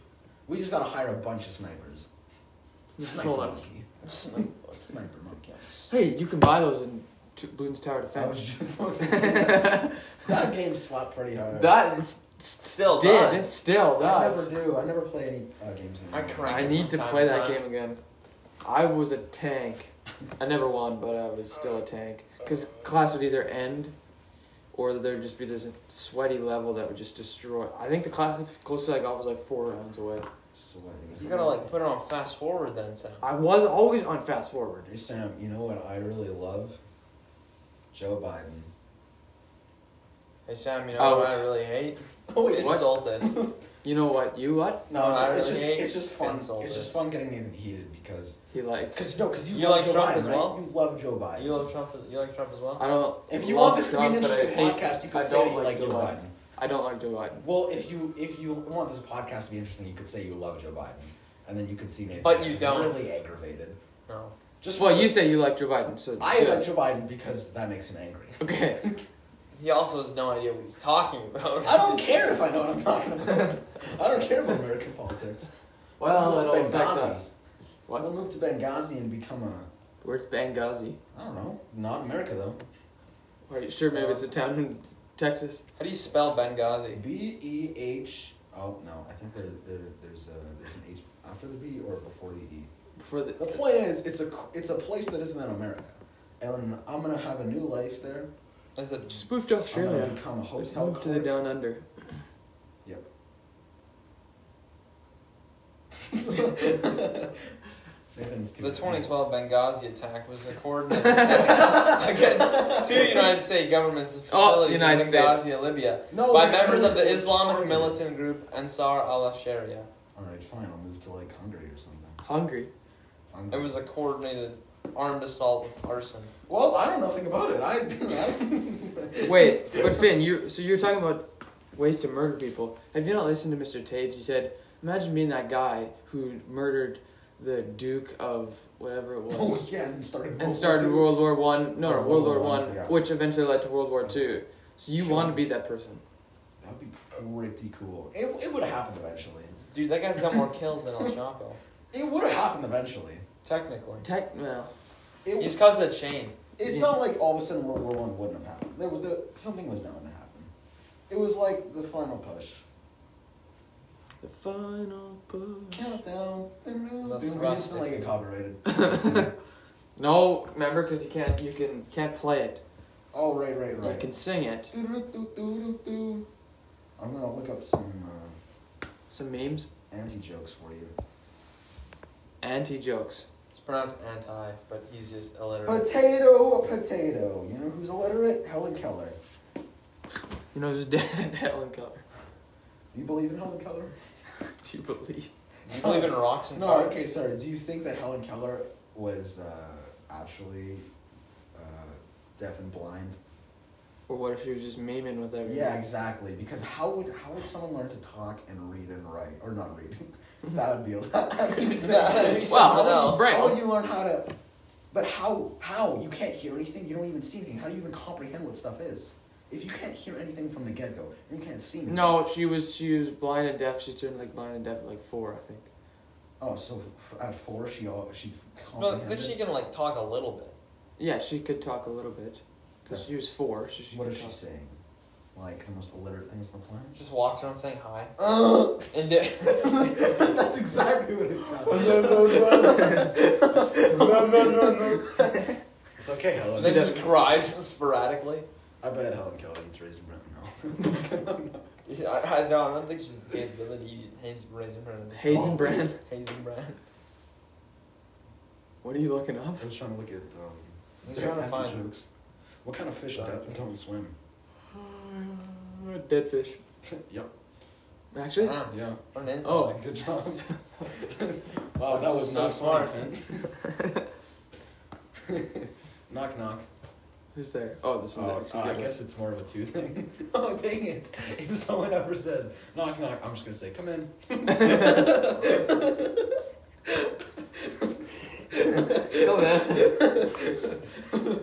S1: We just gotta hire a bunch of snipers. Sniper
S3: Hold on.
S1: monkey. Sniper, sniper monkey.
S3: Hey, you can buy those in T- Bloons Tower
S1: I was
S3: Defense.
S1: just about to say that. That game slapped pretty hard.
S3: That is,
S2: Still
S3: did
S2: does.
S3: still
S1: I
S3: does.
S1: never do. I never play any uh, games.
S2: I
S1: anymore.
S2: crank
S3: I
S2: it
S3: need
S2: from
S3: to
S2: time
S3: play
S2: to
S3: that
S2: time.
S3: game again. I was a tank. I never won, but I was still a tank. Because class would either end, or there'd just be this sweaty level that would just destroy. I think the class the closest I got was like four rounds away.
S1: Sweating.
S2: You gotta like put it on fast forward then, Sam.
S3: I was always on fast forward.
S1: Hey Sam, you know what I really love? Joe Biden.
S2: Hey Sam, you know
S3: Out.
S2: what I really hate?
S1: Oh
S3: what?
S2: Insult us.
S3: You know what? You what?
S1: No, it's,
S2: I
S1: it's
S2: really
S1: just
S2: hate
S1: it's just fun.
S2: insult
S1: It's just
S2: this.
S1: fun getting even heated because
S3: He like.
S1: because no because you,
S2: You
S1: love
S2: like
S1: Joe
S2: Trump
S1: Biden,
S2: as well?
S1: right? You love Joe Biden.
S2: You love Trump? You like Trump as well?
S3: I don't.
S1: if you
S3: love
S1: want this to
S3: Trump,
S1: be an
S3: but I
S1: interesting
S3: hate-
S1: podcast, you
S3: I
S1: can say
S3: don't
S1: that you like Joe Biden.
S3: I don't like Joe Biden.
S1: Well, if you if you want this podcast to be interesting, you could say you love Joe Biden, and then you could see Nathan.
S2: But you don't.
S1: Really aggravated.
S2: No.
S1: Just
S3: Well, you say you like Joe Biden, so
S1: I
S3: do it.
S1: like Joe Biden because that makes him angry.
S3: Okay.
S2: He also has no idea what he's talking about.
S1: I don't care if I know what I'm talking about. I don't care about American politics.
S3: Well,
S1: Let's
S3: it'll
S1: play
S3: affect
S1: Gaza.
S3: us.
S1: I
S3: What?
S1: will move to Benghazi and become a
S3: Where's Benghazi?
S1: I don't know, not America though.
S3: Are you sure maybe it's a town in Texas?
S2: How do you spell Benghazi?
S1: B E H uh, Oh no, I think there, there there's a there's an H after the B or before the E.
S3: Before the
S1: The point is, it's a c- it's a place that isn't in America, and I'm gonna have a new life there.
S2: That's a
S3: spoofed
S1: I'm gonna
S3: Australia.
S1: become a
S3: Let's
S1: hotel.
S3: move to the
S1: clerk.
S3: down under.
S1: Nathan's too
S2: The
S1: busy.
S2: 2012 Benghazi attack was a coordinated attack against two United States governments'
S3: Oh,
S2: facilities
S3: United
S2: in
S3: States.
S2: Benghazi, Libya,
S1: No,
S2: by
S1: but-
S2: members of the
S1: it's
S2: Islamic
S1: targeted.
S2: militant group Ansar al-Sharia.
S1: All right, fine. I'll move to like Hungary or something.
S3: Hungry.
S1: Hungary.
S2: It was a coordinated armed assault with arson.
S1: Well, I don't know nothing about it. I. I
S3: Wait, but Finn, you so you're talking about ways to murder people. Have you not listened to Mr. Taves? He said, "Imagine being that guy who murdered the Duke of whatever it was."
S1: oh yeah, and started. World
S3: and
S1: War
S3: started
S1: Two.
S3: World War One. No,
S1: Or
S3: World, War One,
S1: yeah.
S3: which eventually led to World War Two. So you
S1: Sure.
S3: want to be that person?
S1: That'd be pretty cool. It it would have happened eventually.
S2: Dude, that guy's got more kills than El Chapo.
S1: It would have happened eventually.
S2: Technically.
S3: Tech, well,
S1: It
S2: He's caused a chain.
S1: It's
S3: Yeah.
S1: not like all of a sudden World War One wouldn't have happened. There was there, something was bound to happen. It was like the final push.
S3: the final push.
S1: Countdown.
S2: The
S1: Dude, we
S2: thrust,
S1: just didn't like
S2: if
S1: it
S2: you-
S1: copyrighted.
S3: No, remember, because you can't, you can, can't play it.
S1: oh right, right,
S3: You
S1: right.
S3: can sing it.
S1: Doo-doo-doo-doo-doo-doo. I'm gonna look up some uh,
S3: Some memes,
S1: anti jokes for you.
S3: anti jokes.
S2: It's pronounced anti, but he's just illiterate.
S1: Potato, a potato. You know who's illiterate? Helen Keller.
S3: You know, his dad, Helen Keller.
S1: Do you believe in Helen Keller?
S3: Do you believe?
S2: Do you believe in rocks and
S1: No,
S2: cards?
S1: okay, sorry. Do you think that Helen Keller was uh, actually uh, deaf and blind?
S3: Or what if she was just memeing with everyone?
S1: Yeah, exactly. Because how would how would someone learn to talk and read and write, or not read? that would be a lot.
S2: That'd be
S1: Exactly.
S2: something
S3: Well,
S2: else.
S3: Right.
S1: How would you learn how to? But how how you can't hear anything? You don't even see anything. How do you even comprehend what stuff is? If you can't hear anything from the get go, you can't see. anything.
S3: No, she was she was blind and deaf. She turned like blind and deaf at like four, I think.
S1: Oh, so f- at four she all she
S2: No,
S1: comprehended.
S2: but she can like talk a little bit.
S3: Yeah, she could talk a little bit, cause
S1: Yeah.
S3: she was four. So she
S1: what
S3: could
S1: is she
S3: talk.
S1: saying? Like the most illiterate things on the planet.
S2: Just walks around saying hi.
S1: Uh,
S2: And di-
S1: that's exactly what it sounds. like. It's okay, Helen.
S2: then just cries sporadically.
S1: I bet Helen Keller eats raisin bread now.
S2: Yeah, I, I don't. I don't think she's capable of eating hazel raisin bread. at this
S3: Hazen
S1: Oh.
S3: Brand.
S2: point. Hazel bread.
S3: What are you looking up?
S1: I was trying to look at. Um,
S2: I'm trying to find.
S1: jokes. What kind of fish don't, don't swim?
S3: Dead fish.
S1: yep.
S3: Actually,
S2: Damn,
S1: Yeah.
S2: what an insect.
S3: Oh.
S1: Good job. wow, that was
S2: So
S1: not
S2: smart,
S1: smart. knock knock.
S3: who's there? Oh, this is
S1: Oh,
S3: actually
S1: uh, I
S3: good.
S1: guess it's more of a two thing. oh dang it! If someone ever says knock knock, I'm just gonna say come in.
S3: Come in.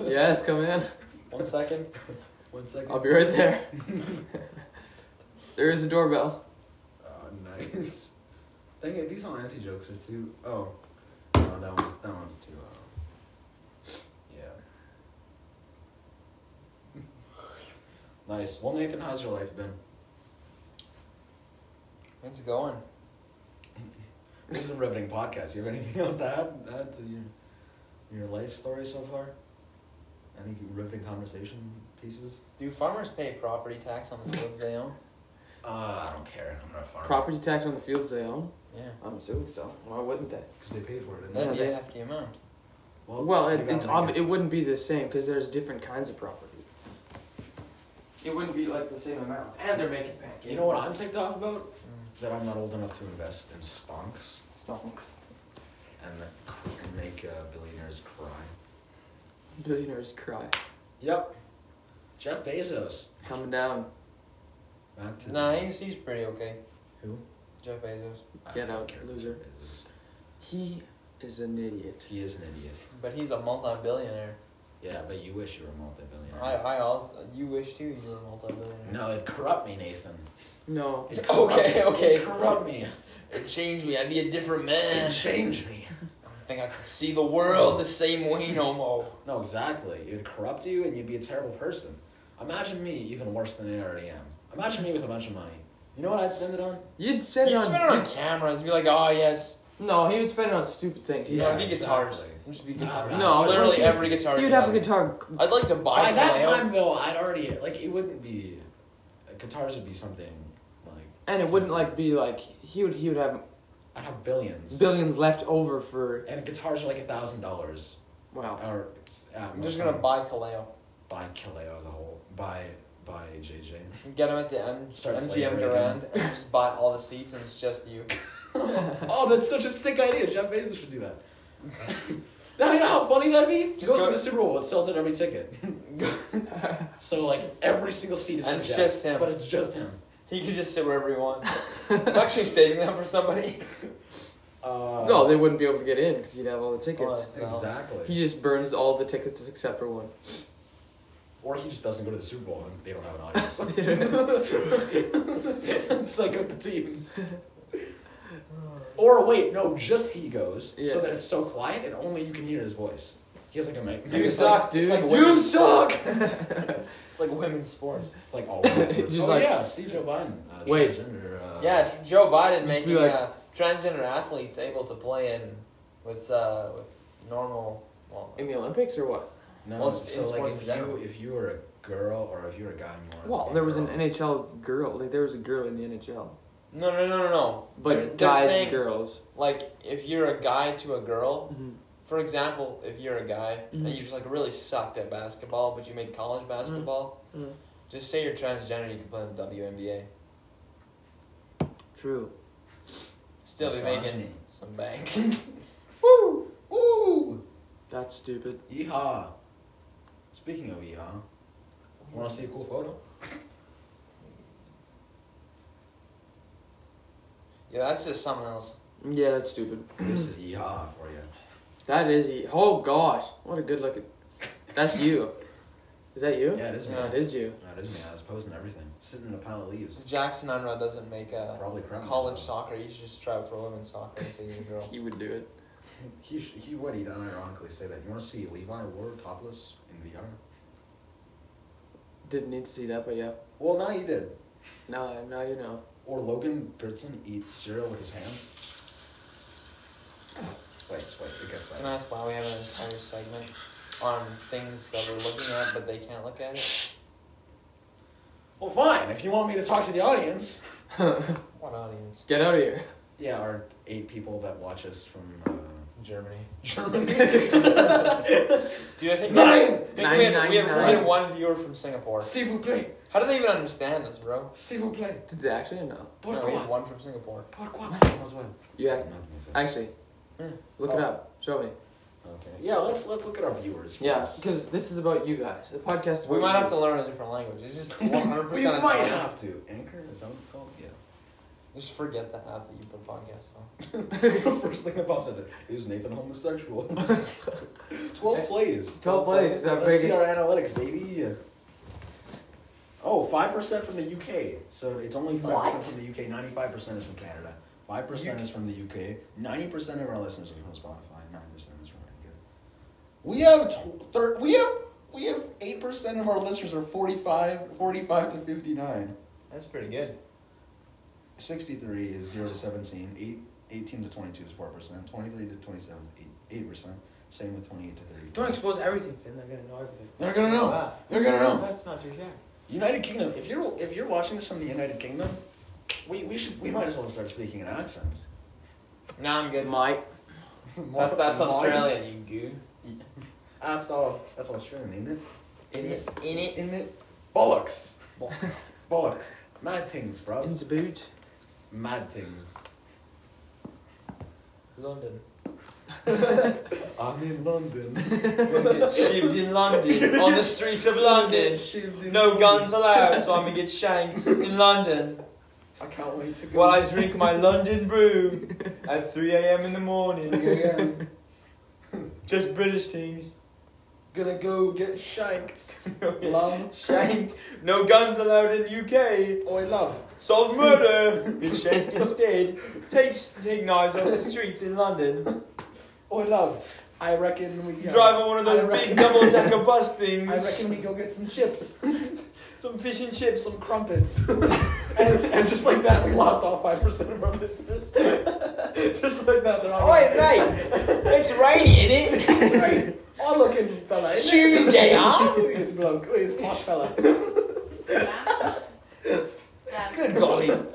S3: yes, come in.
S2: One second.
S1: One second.
S3: I'll be right there. there is a doorbell.
S1: Oh, nice. Dang it, these all anti jokes are too. Oh, no, that one's that one's too. Uh, yeah. nice. Well, Nathan, how's your life been?
S2: It's going.
S1: This is a riveting podcast. You have anything else to add, add to your your life story so far? Any riveting conversation pieces?
S2: Do farmers pay property tax on the fields they own?
S1: Uh, I don't care. I'm not a farmer.
S3: Property tax on the fields they own.
S2: Yeah.
S3: I'm assuming so. Why wouldn't they?
S1: Because they paid for it. didn't
S2: That'd
S1: they?
S2: be half the amount.
S3: Well,
S1: Oh, they
S3: it,
S1: gotta
S3: it's
S1: make
S3: ob-
S1: it.
S3: it wouldn't be the same because there's different kinds of property. It wouldn't be like the same amount, and they're making pancakes.
S1: You know what I'm ticked off about?
S2: Mm.
S1: That I'm not old enough to invest in stonks.
S3: Stonks.
S1: and that cr- and make uh, billionaires cry.
S3: Billionaires cry.
S1: Yep. Jeff Bezos.
S3: Coming down.
S1: Back to
S2: Nah, he's he's pretty okay.
S1: who?
S2: Jeff Bezos,
S1: I
S3: Get
S1: don't
S3: out,
S1: care about
S3: loser.
S1: Jeff Bezos.
S3: He is an idiot.
S1: He is an idiot.
S2: but he's a multi-billionaire.
S1: Yeah, but you wish you were a multi-billionaire.
S2: I I also you wish too you were a multi-billionaire.
S1: No, it corrupt me, Nathan.
S3: No.
S1: It corrupt
S2: Okay,
S1: me.
S2: okay. Eh.
S1: It corrupt me.
S2: It changed me. I'd be a different
S1: It
S2: man.
S1: changed me.
S2: I don't think I could see the world the same way no more.
S1: No, exactly. It would corrupt you, and you'd be a terrible person. Imagine me even worse than I already am. Imagine me with a bunch of money. You know what I'd spend it on?
S3: You'd spend it
S2: you
S3: on.
S2: spend it on cameras and be like, oh, yes.
S3: no, he would spend it on stupid things. He'd-
S1: Yeah,
S2: Yeah, be guitars.
S1: exactly.
S2: Just be guitars.
S3: No,
S2: literally
S3: he-
S2: every guitar.
S3: he would have a guitar. c-
S2: I'd like to buy
S1: By
S2: a
S1: that
S2: Vallejo.
S1: time, though, I'd already like it wouldn't be. Guitars would be something like.
S3: And it wouldn't like be like he would he would have
S1: I'd have billions.
S3: billions left over for
S1: And guitars are like a thousand dollars.
S3: wow.
S1: Or it's at
S2: I'm
S1: most
S2: just gonna
S1: time.
S2: buy Kaleo.
S1: buy Kaleo as a whole. Buy buy JJ.
S2: Get him at the M-
S1: Start
S2: MGM
S1: slavery
S2: Grand and just buy all the seats and it's just you.
S1: oh, that's such a sick idea. Jeff Bezos should do that. now you know how funny that'd be.
S2: Just
S1: Just goes
S2: go-
S1: to the Super Bowl. It sells out every ticket. so like every single seat is
S2: And
S1: for
S2: it's
S1: Jeff,
S2: just him.
S1: But it's just him.
S2: He could just sit wherever he wants. I'm actually saving that for somebody.
S1: Uh,
S3: No, they wouldn't be able to get in because he'd have all the
S2: Well,
S3: tickets.
S2: that's-
S1: exactly.
S3: He just burns all the tickets except for one.
S1: or he just doesn't go to the Super Bowl and they don't have an audience. it's like up the teams. Or wait, no, just he goes,
S3: Yeah.
S1: so that it's so quiet and only you can hear his voice. He has like a mic.
S3: You
S1: it's
S3: suck,
S1: like,
S3: dude.
S2: It's like,
S1: You
S2: women's,
S1: suck.
S2: it's like women's sports.
S1: It's like all whispers.
S3: Just
S1: oh
S3: like-
S1: yeah, see Joe Biden. Uh,
S3: Wait.
S1: transgender, Uh,
S2: Yeah, tr- Joe Biden
S3: Just be
S2: making
S3: like-
S2: uh, transgender athletes able to play in with uh, with normal. Well,
S3: In the Olympics or what?
S1: No,
S2: Well, it's-
S1: so
S2: it's one
S1: like if
S2: general.
S1: you if you were a girl or if you were a guy and you wanted to
S3: Well,
S1: be a
S3: there was an
S1: girl,
S3: NHL girl. Like there was a girl in the NHL,
S2: no, no, no, no, no.
S3: but
S2: They're- they're
S3: guys
S2: saying,
S3: and girls.
S2: Like, if you're a guy to a girl,
S3: Mm-hmm.
S2: for example, if you're a guy and
S3: Mhm.
S2: you just like really sucked at basketball, but you made college
S3: Mm-hmm.
S2: basketball,
S3: Mhm.
S2: just say you're transgender, you can play in the WNBA.
S3: True.
S2: Still be making
S1: Misogyny.
S2: some bank.
S1: Woo! Woo!
S3: That's stupid.
S1: Yeehaw! Speaking of yeehaw, want to see a cool photo?
S2: yeah, that's just something else.
S3: Yeah, that's stupid.
S1: this is yeehaw for you.
S3: That is. e- Oh gosh, what a good looking. That's you. Is that you?
S1: Yeah, it is me.
S3: No, it is you.
S1: That is me. I was posing everything, sitting in a pile of leaves.
S2: Jackson Unruh doesn't make a
S1: Probably crap.
S2: college soccer. You should just try out for women's soccer and say you're a girl.
S3: He would do it.
S1: He, sh- he would. He'd unironically say that. You want to see Levi Ward topless in VR?
S3: Didn't need to see that, but yeah.
S1: Well, now you did.
S3: Now, now you know.
S1: Or Logan Gertzen eat cereal with his hand. Wait, just wait. It gets
S2: Can
S1: better.
S2: I ask why we have an entire segment on things that we're looking at but they can't look at it?
S1: Well, fine. If you want me to talk to the audience.
S2: What audience?
S3: Get out of here.
S1: Yeah, our eight people that watch us from uh,
S2: Germany.
S1: Germany.
S2: Dude, I think,
S1: Nine!
S2: I think
S3: Nine,
S2: we had,
S3: nine,
S2: we, had, we
S3: nine.
S2: had one viewer from Singapore.
S1: S'il vous plaît.
S2: How do they even understand this, bro?
S1: S'il vous plaît.
S3: Did they actually or no?
S2: No, we had
S1: Pourquoi?
S2: one from Singapore.
S1: Pourquoi? As well.
S3: You ac-
S1: Nothing is-
S3: actually
S2: Hmm.
S3: look it up. Show me.
S1: Okay. Yeah, let's let's look at our viewers.
S3: Yeah,
S1: first.
S3: because this is about you guys. The podcast.
S2: We might have to learn a different language. It's just 100%
S1: We
S2: Italian.
S1: might have to. Anchor, is that what it's called? Yeah.
S2: Just forget the app that you put podcasts on.
S1: First thing that pops up is Nathan homosexual. 12 plays.
S3: 12 plays is our
S1: Let's see
S3: biggest-
S1: our analytics, baby. Oh, 5% from the UK. So it's only 5%
S2: What?
S1: from the UK. 95% is from Canada. 5% is from the UK. 90% of our listeners are from Spotify. 9% is from Anchor. We have tw- thir- we have we have 8% of our listeners are 45 45 to 59.
S2: That's pretty good.
S1: 63 is 0 to 17, eight- 18 to 22 is 4%, 23 to 27 is 8, 8%, same with 28 to 30.
S4: Don't expose everything, Finn. They're gonna know everything.
S1: They're gonna know.
S2: Wow.
S1: They're gonna know.
S2: That's not too shabby.
S1: United Kingdom, if you're if you're watching this from the United Kingdom, we, we should we might as well start speaking in accents.
S2: Nah, I'm good.
S3: Mike.
S2: That- that's
S1: Mine.
S2: Australian, you goon.
S1: That's all that's Australian, isn't it?
S2: In it, in it.
S1: Isn't it? Bollocks. Bollocks. Mad things,
S3: in
S1: bro.
S3: the boot.
S1: Mad things.
S2: London.
S1: I'm in London.
S2: Gonna get shivved in London. On the streets of London. No guns allowed, so I'm gonna get shanked in London.
S1: I can't wait to go.
S2: While I drink my London brew at 3 a.m. in the morning.
S1: Yeah.
S2: Just British things.
S1: Gonna go get shanked. Love.
S2: Shanked. No guns allowed in UK.
S1: Oi, love.
S2: Solve murder. Get shanked instead. Take, take knives off the streets in London.
S1: Oi, love. I reckon we. uh,
S2: Drive on one of
S1: I
S2: those big
S1: reckon-
S2: double decker bus things.
S1: I reckon we go get some chips.
S2: Some fish and chips.
S1: some crumpets. and, and just like that, we lost all 5% of our listeners. just like that, they're all
S2: Alright, right. It's rainy, isn't it?
S1: right. Odd looking "Oh, fella. isn't it?
S2: Tuesday, huh?
S1: Look at this bloke. Look at this posh fella.
S5: Yeah. Yeah.
S2: Good golly.
S1: Look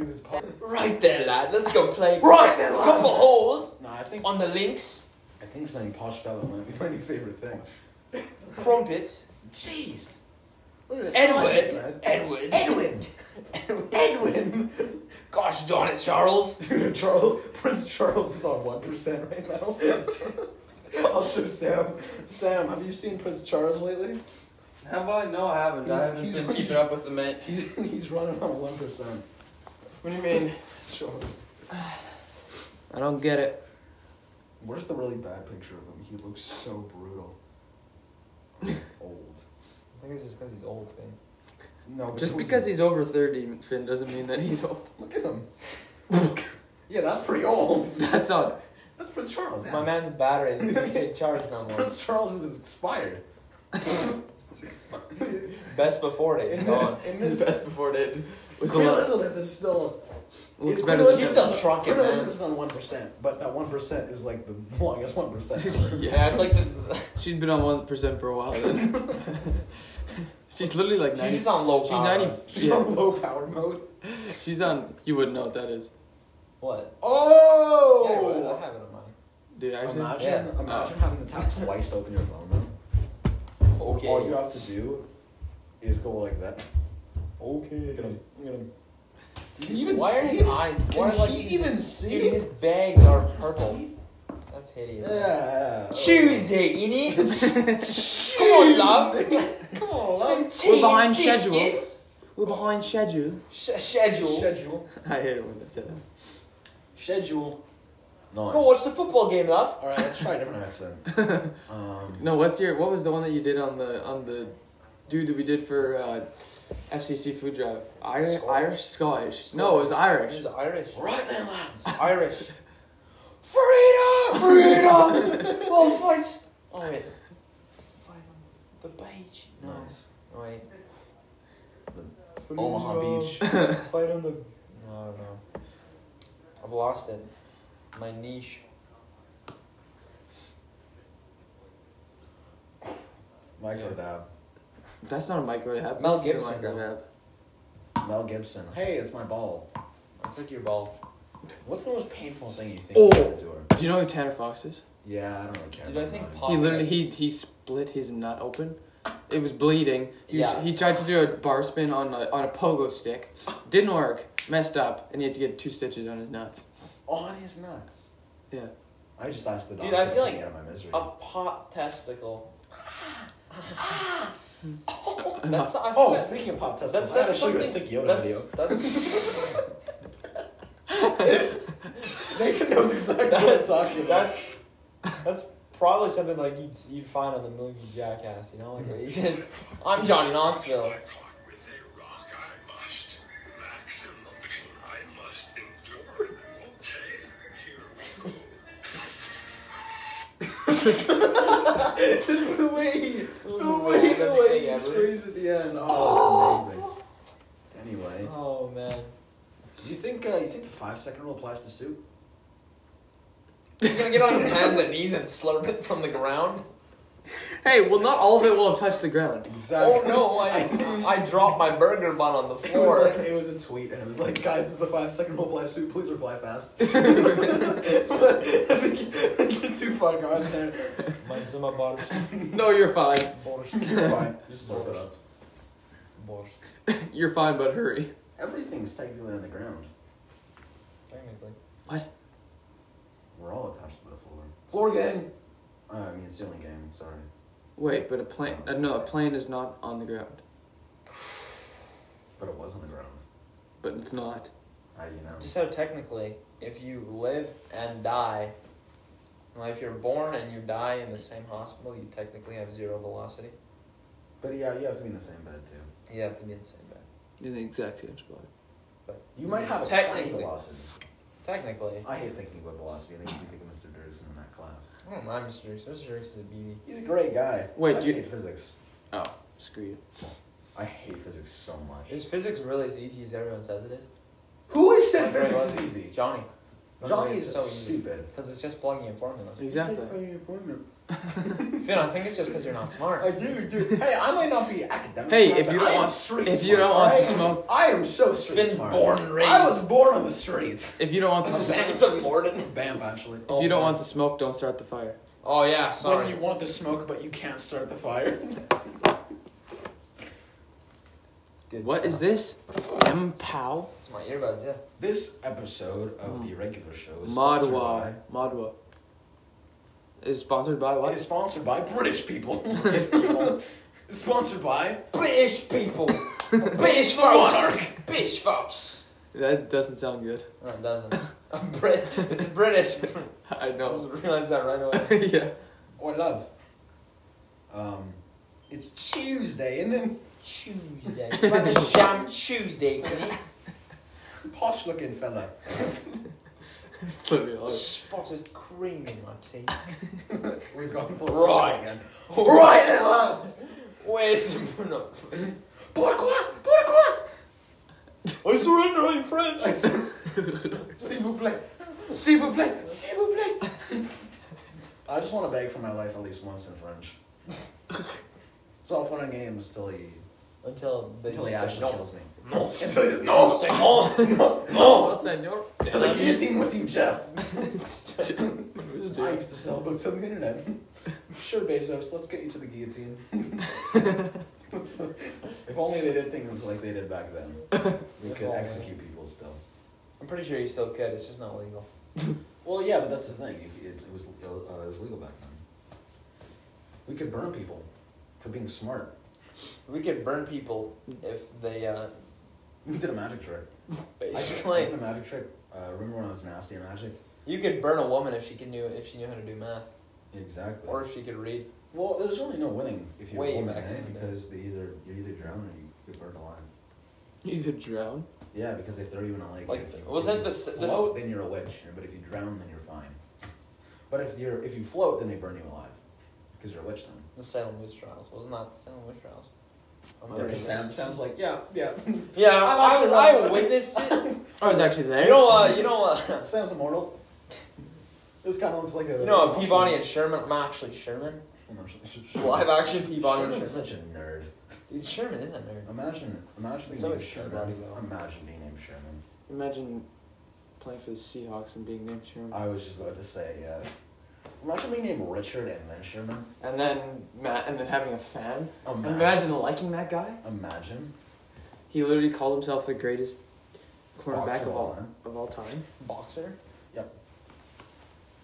S1: at this posh.
S2: Right there, lad. Let's go play.
S1: Right there, lad.
S2: Couple holes
S1: No, I think
S2: on the links.
S1: I think saying posh fella might be my new favorite thing.
S2: Crumpet.
S1: Jeez. Look at this sausage,
S2: Edward.
S1: man.
S2: Edward.
S1: Edwin. Edwin.
S2: Gosh darn it, Charles.
S1: Dude, Charles, Prince Charles is on one percent right now. I'll show Sam. Sam, have you seen Prince Charles lately?
S6: Have I? No, I haven't.
S1: He's-
S6: I haven't
S1: he's-
S6: been keeping up with the man.
S1: He's he's running on one percent.
S3: What do you mean?
S1: Sure.
S3: I don't get it.
S1: Where's the really bad picture of him? He looks so brutal. Old.
S6: I think it's just because he's old, man.
S1: No.
S2: Oh,
S1: but
S3: Just
S1: he was-
S3: because he's over 30, Finn, doesn't mean that he's old.
S1: Look at him. yeah, that's pretty old.
S3: That's odd.
S1: That's Prince Charles. Yeah.
S2: My man's battery is gonna get charged no more.
S1: Prince Charles is expired. It's expired.
S2: Best before date. Gone.
S1: And
S3: The
S1: then
S3: best before date was a
S1: Queen
S3: lot.
S1: Elizabeth is still.
S3: Looks
S1: Queen
S3: better
S1: Elizabeth-
S2: He's
S3: than him.
S2: still trucking,
S1: Queen Elizabeth
S2: man.
S1: is on one percent, but that one percent is like the longest one percent.
S2: Yeah, it's like the,
S3: She's been on 1% for a while then. she's literally like
S2: she's
S3: 90.
S2: just on low
S3: She's
S2: power.
S3: 90.
S1: She's
S3: Yeah,
S1: on low power mode.
S3: she's on. You wouldn't know what that is.
S2: What? Yeah, I would. I
S1: Oh!
S2: have it on mine.
S3: Dude, actually.
S1: imagine,
S2: Yeah.
S3: Oh.
S1: imagine having to tap twice to open your phone. Though.
S2: Okay.
S1: All you have to do is go like that. Okay. Look at him. Look at him. Can you even
S2: why are
S1: see
S2: his
S1: it?
S2: eyes?
S1: Can
S2: why are like
S1: he
S2: his-
S1: even see
S2: Dude,
S1: it?
S2: his bags are
S1: His
S2: purple.
S1: teeth?
S2: That's hideous.
S1: Yeah.
S2: Tuesday, innit? Come on, love.
S1: Come on,
S2: Some
S1: love.
S2: tea
S3: We're behind
S2: and
S3: schedule.
S2: biscuits.
S3: We're behind schedule.
S2: Sch- schedule.
S1: Schedule.
S3: I hate it when they say that.
S1: Schedule. Nice.
S2: Go watch the football game, love.
S1: All right, let's try a different accent. Um,
S3: No, what's your? What was the one that you did on the on the dude that we did for uh, FCC food drive? Irish,
S2: Scottish?
S3: Irish, Scottish. No, it was Irish.
S2: She's Irish.
S1: all right then, lads.
S2: Irish.
S1: Freedom!
S2: Freedom. Well, fight. Oh wait. Fight on the beach.
S1: Nice.
S2: No, wait.
S1: Omaha Beach.
S2: Fight on the. No, no. I've lost it. My niche.
S1: Micro dab.
S3: That's not a micro dab.
S2: Mel
S3: This is a
S2: Gibson,
S3: micro
S2: though.
S3: dab.
S1: Mel Gibson. Hey, it's my ball.
S2: It's like your ball.
S1: What's the most painful thing you think
S3: Oh.
S1: you can do?
S3: Do you know who Tanner Fox is?
S1: Yeah, I don't really care.
S2: Dude, I
S1: about
S2: think
S1: mine.
S2: pop-
S3: He literally he he split his nut open. It was bleeding. He, was-
S2: Yeah.
S3: he tried to do a bar spin on a, on a pogo stick. Didn't work. Messed up, and he had to get two stitches on his nuts.
S1: on his Oh, nuts.
S3: Yeah.
S1: I just asked the
S2: Dude,
S1: doctor.
S2: I feel
S1: to
S2: like
S1: get out of my misery.
S2: A pop testicle.
S3: I'm
S2: That's I feel
S1: oh,
S2: like-
S1: speaking of pop tests,
S2: that's
S1: I had to
S2: that's
S1: show you
S2: something.
S1: a sick Yoda video.
S2: That's that's
S1: Nathan knows exactly what I'm
S2: that's
S1: talking about.
S2: that's that's probably something like you'd you'd find on the Milky Jackass. You know, like where he says, "I'm Johnny Knoxville."
S1: just the way he,
S2: It's
S1: the
S2: the
S1: way, the
S2: wildest
S1: way
S2: thing
S1: Oh he
S2: ever.
S1: screams at the end. Oh, it's amazing. Anyway,
S2: Oh man.
S1: do you think uh, you think the five second rule applies to soup?
S2: You're gonna get on your hands and knees and slurp it from the ground?
S3: Hey, well, not all of it will have touched the ground.
S1: Exactly.
S2: Oh no, I, I dropped my burger bun on the
S1: It was,
S2: floor.
S1: like, it was a tweet, and it was like, "Guys, this is the five second rule apply suit. Please reply fast." I think you're too far gone there.
S2: my Zuma borscht.
S3: No, you're fine.
S1: You're fine. Just sort it up.
S2: Borscht.
S3: You're fine, but hurry.
S1: Everything's technically on the ground.
S2: Technically.
S1: We're all attached to the floor. Floor gang. Uh, I mean, ceiling gang. Sorry.
S3: Wait, but a plane? Uh, no, a plane is not on the ground.
S1: But it was on the ground.
S3: But it's not.
S1: How do you know?
S2: Just so technically, if you live and die, well, if you're born and you die in the same hospital, you technically have zero velocity.
S1: But yeah, you have to be in the same bed too.
S2: You have to be in the same bed.
S3: In the exact same spot.
S1: You might have a tiny
S2: Technically.
S1: velocity.
S2: Technically.
S1: I hate thinking about velocity. I think you think of Mr. Durson in that class.
S2: I don't mind Mr. Jerks. Mr. Jerks is a beauty.
S1: He's a great guy.
S3: Wait,
S1: I just
S3: you-
S1: hate physics.
S3: Oh, screw you.
S1: I hate physics so much.
S2: Is physics really as easy as everyone says it is?
S1: Who has said
S2: Like,
S1: physics
S2: like,
S1: is easy?
S2: Johnny.
S1: Johnny is
S2: It's
S1: so
S2: so easy.
S1: stupid.
S2: Because it's just plugging in formulas.
S3: Exactly.
S2: Finn, I think it's just because you're not
S1: I
S2: smart.
S1: do, dude. Hey, I might not be academic.
S3: Hey,
S1: smart,
S3: if
S1: but
S3: you don't
S1: I am
S3: want-
S1: street
S3: if you don't
S1: smart,
S3: want to
S1: I am-
S3: smoke-
S1: I am so street
S2: Finn's
S1: smart.
S2: born and raised.
S1: I was born on the streets.
S3: If you don't want the sm-
S2: It's a Morden.
S1: Bam, actually.
S3: if you don't want the smoke, don't start the fire.
S2: Oh yeah,
S1: When
S2: sorry.
S1: you want the smoke, but you can't start the fire.
S2: Good
S3: What
S2: stuff.
S3: is this? M Pow
S2: It's my earbuds. Yeah.
S1: This episode
S3: Hmm.
S1: of the regular show is sponsored
S3: Madwa Madwa is sponsored by
S1: by.
S3: what?
S1: It is sponsored by British people. It's sponsored by
S2: British people. British
S1: the monarch.
S2: folks. British folks.
S3: That doesn't sound good.
S2: No, it doesn't. I'm Brit. It's British.
S3: I
S2: I
S3: know.
S2: just realized that right away.
S3: yeah.
S1: Or love. Um, it's Tuesday, and then
S2: Tuesday. Like a Jam Tuesday. Can you?
S1: posh-looking fella.
S2: Spotted cream in my tea.
S1: We've gone full
S2: Right.
S1: circle again. Right, then, lads.
S2: Where's the Bruno?
S1: Pourquoi? Pourquoi?
S2: I surrender. I'm French.
S1: I said, S'il vous plaît. S'il vous plaît. S'il vous plaît. I just want to beg for my life at least once in French. It's all fun and games till he
S2: Until they
S1: until he
S2: say
S1: actually
S2: no.
S1: kills me.
S2: No.
S1: Until he says no,
S2: Say no.
S1: no, no.
S3: Oh, senor.
S1: To the guillotine with you, Jeff. I
S3: Who's
S1: used to sell books on the internet. Sure, Bezos, let's get you to the guillotine. if only they did things like they did back then, we
S2: If
S1: could
S2: only.
S1: execute people still.
S2: I'm pretty sure you still could. It's just not legal.
S1: Well, yeah, but that's the thing. It, it, it was uh, it was legal back then. We could burn people for being smart.
S2: We could burn people if they uh,
S1: We did a magic trick. I
S2: basically.
S1: did a magic trick. Uh, remember when I was nasty at magic?
S2: You could burn a woman if she could knew if she knew how to do math
S1: Exactly.
S2: or if she could read.
S1: well, there's really no winning if you're
S2: Way
S1: a woman,
S2: back
S1: eh?
S2: in the day.
S1: Because they either you either drown or you get burned alive.
S3: Either drown.
S1: Yeah, because they throw you in a lake.
S2: Like,
S1: if you,
S2: wasn't
S1: if
S2: this-
S1: you
S2: this-
S1: float? Then you're a witch. But if you drown, then you're fine. But if you're if you float, then they burn you alive because you're a witch then.
S2: The Salem witch trials wasn't that the Salem witch trials? I'm
S1: Okay,
S2: pretty sure.
S1: Sam, Sam's like, yeah, yeah.
S2: Yeah,
S1: I'm
S2: I,
S1: actually
S2: I,
S1: wrong.
S2: witnessed it.
S3: I was actually there.
S2: You know, uh, you know, uh,
S1: Sam's immortal. This kind of looks like a.
S2: you know, uh, Peabody and Sherman. I'm actually Sherman. Live action Peabody and
S1: Sherman's
S2: Sherman.
S1: such a nerd.
S2: Dude, Sherman is a nerd.
S1: Imagine, imagine being
S2: So
S1: named
S2: is
S1: Sherman.
S2: Peabody, though.
S1: Imagine being named Sherman.
S3: Imagine playing for the Seahawks and being named Sherman.
S1: I was just about to say, yeah. Imagine being named Richard and then Sherman.
S3: and then Matt, and then having a fan.
S1: Imagine.
S3: Imagine liking that guy.
S1: Imagine.
S3: He literally called himself the greatest cornerback
S1: Boxer
S3: of
S1: of all
S3: all
S1: time.
S3: of all time.
S2: Boxer.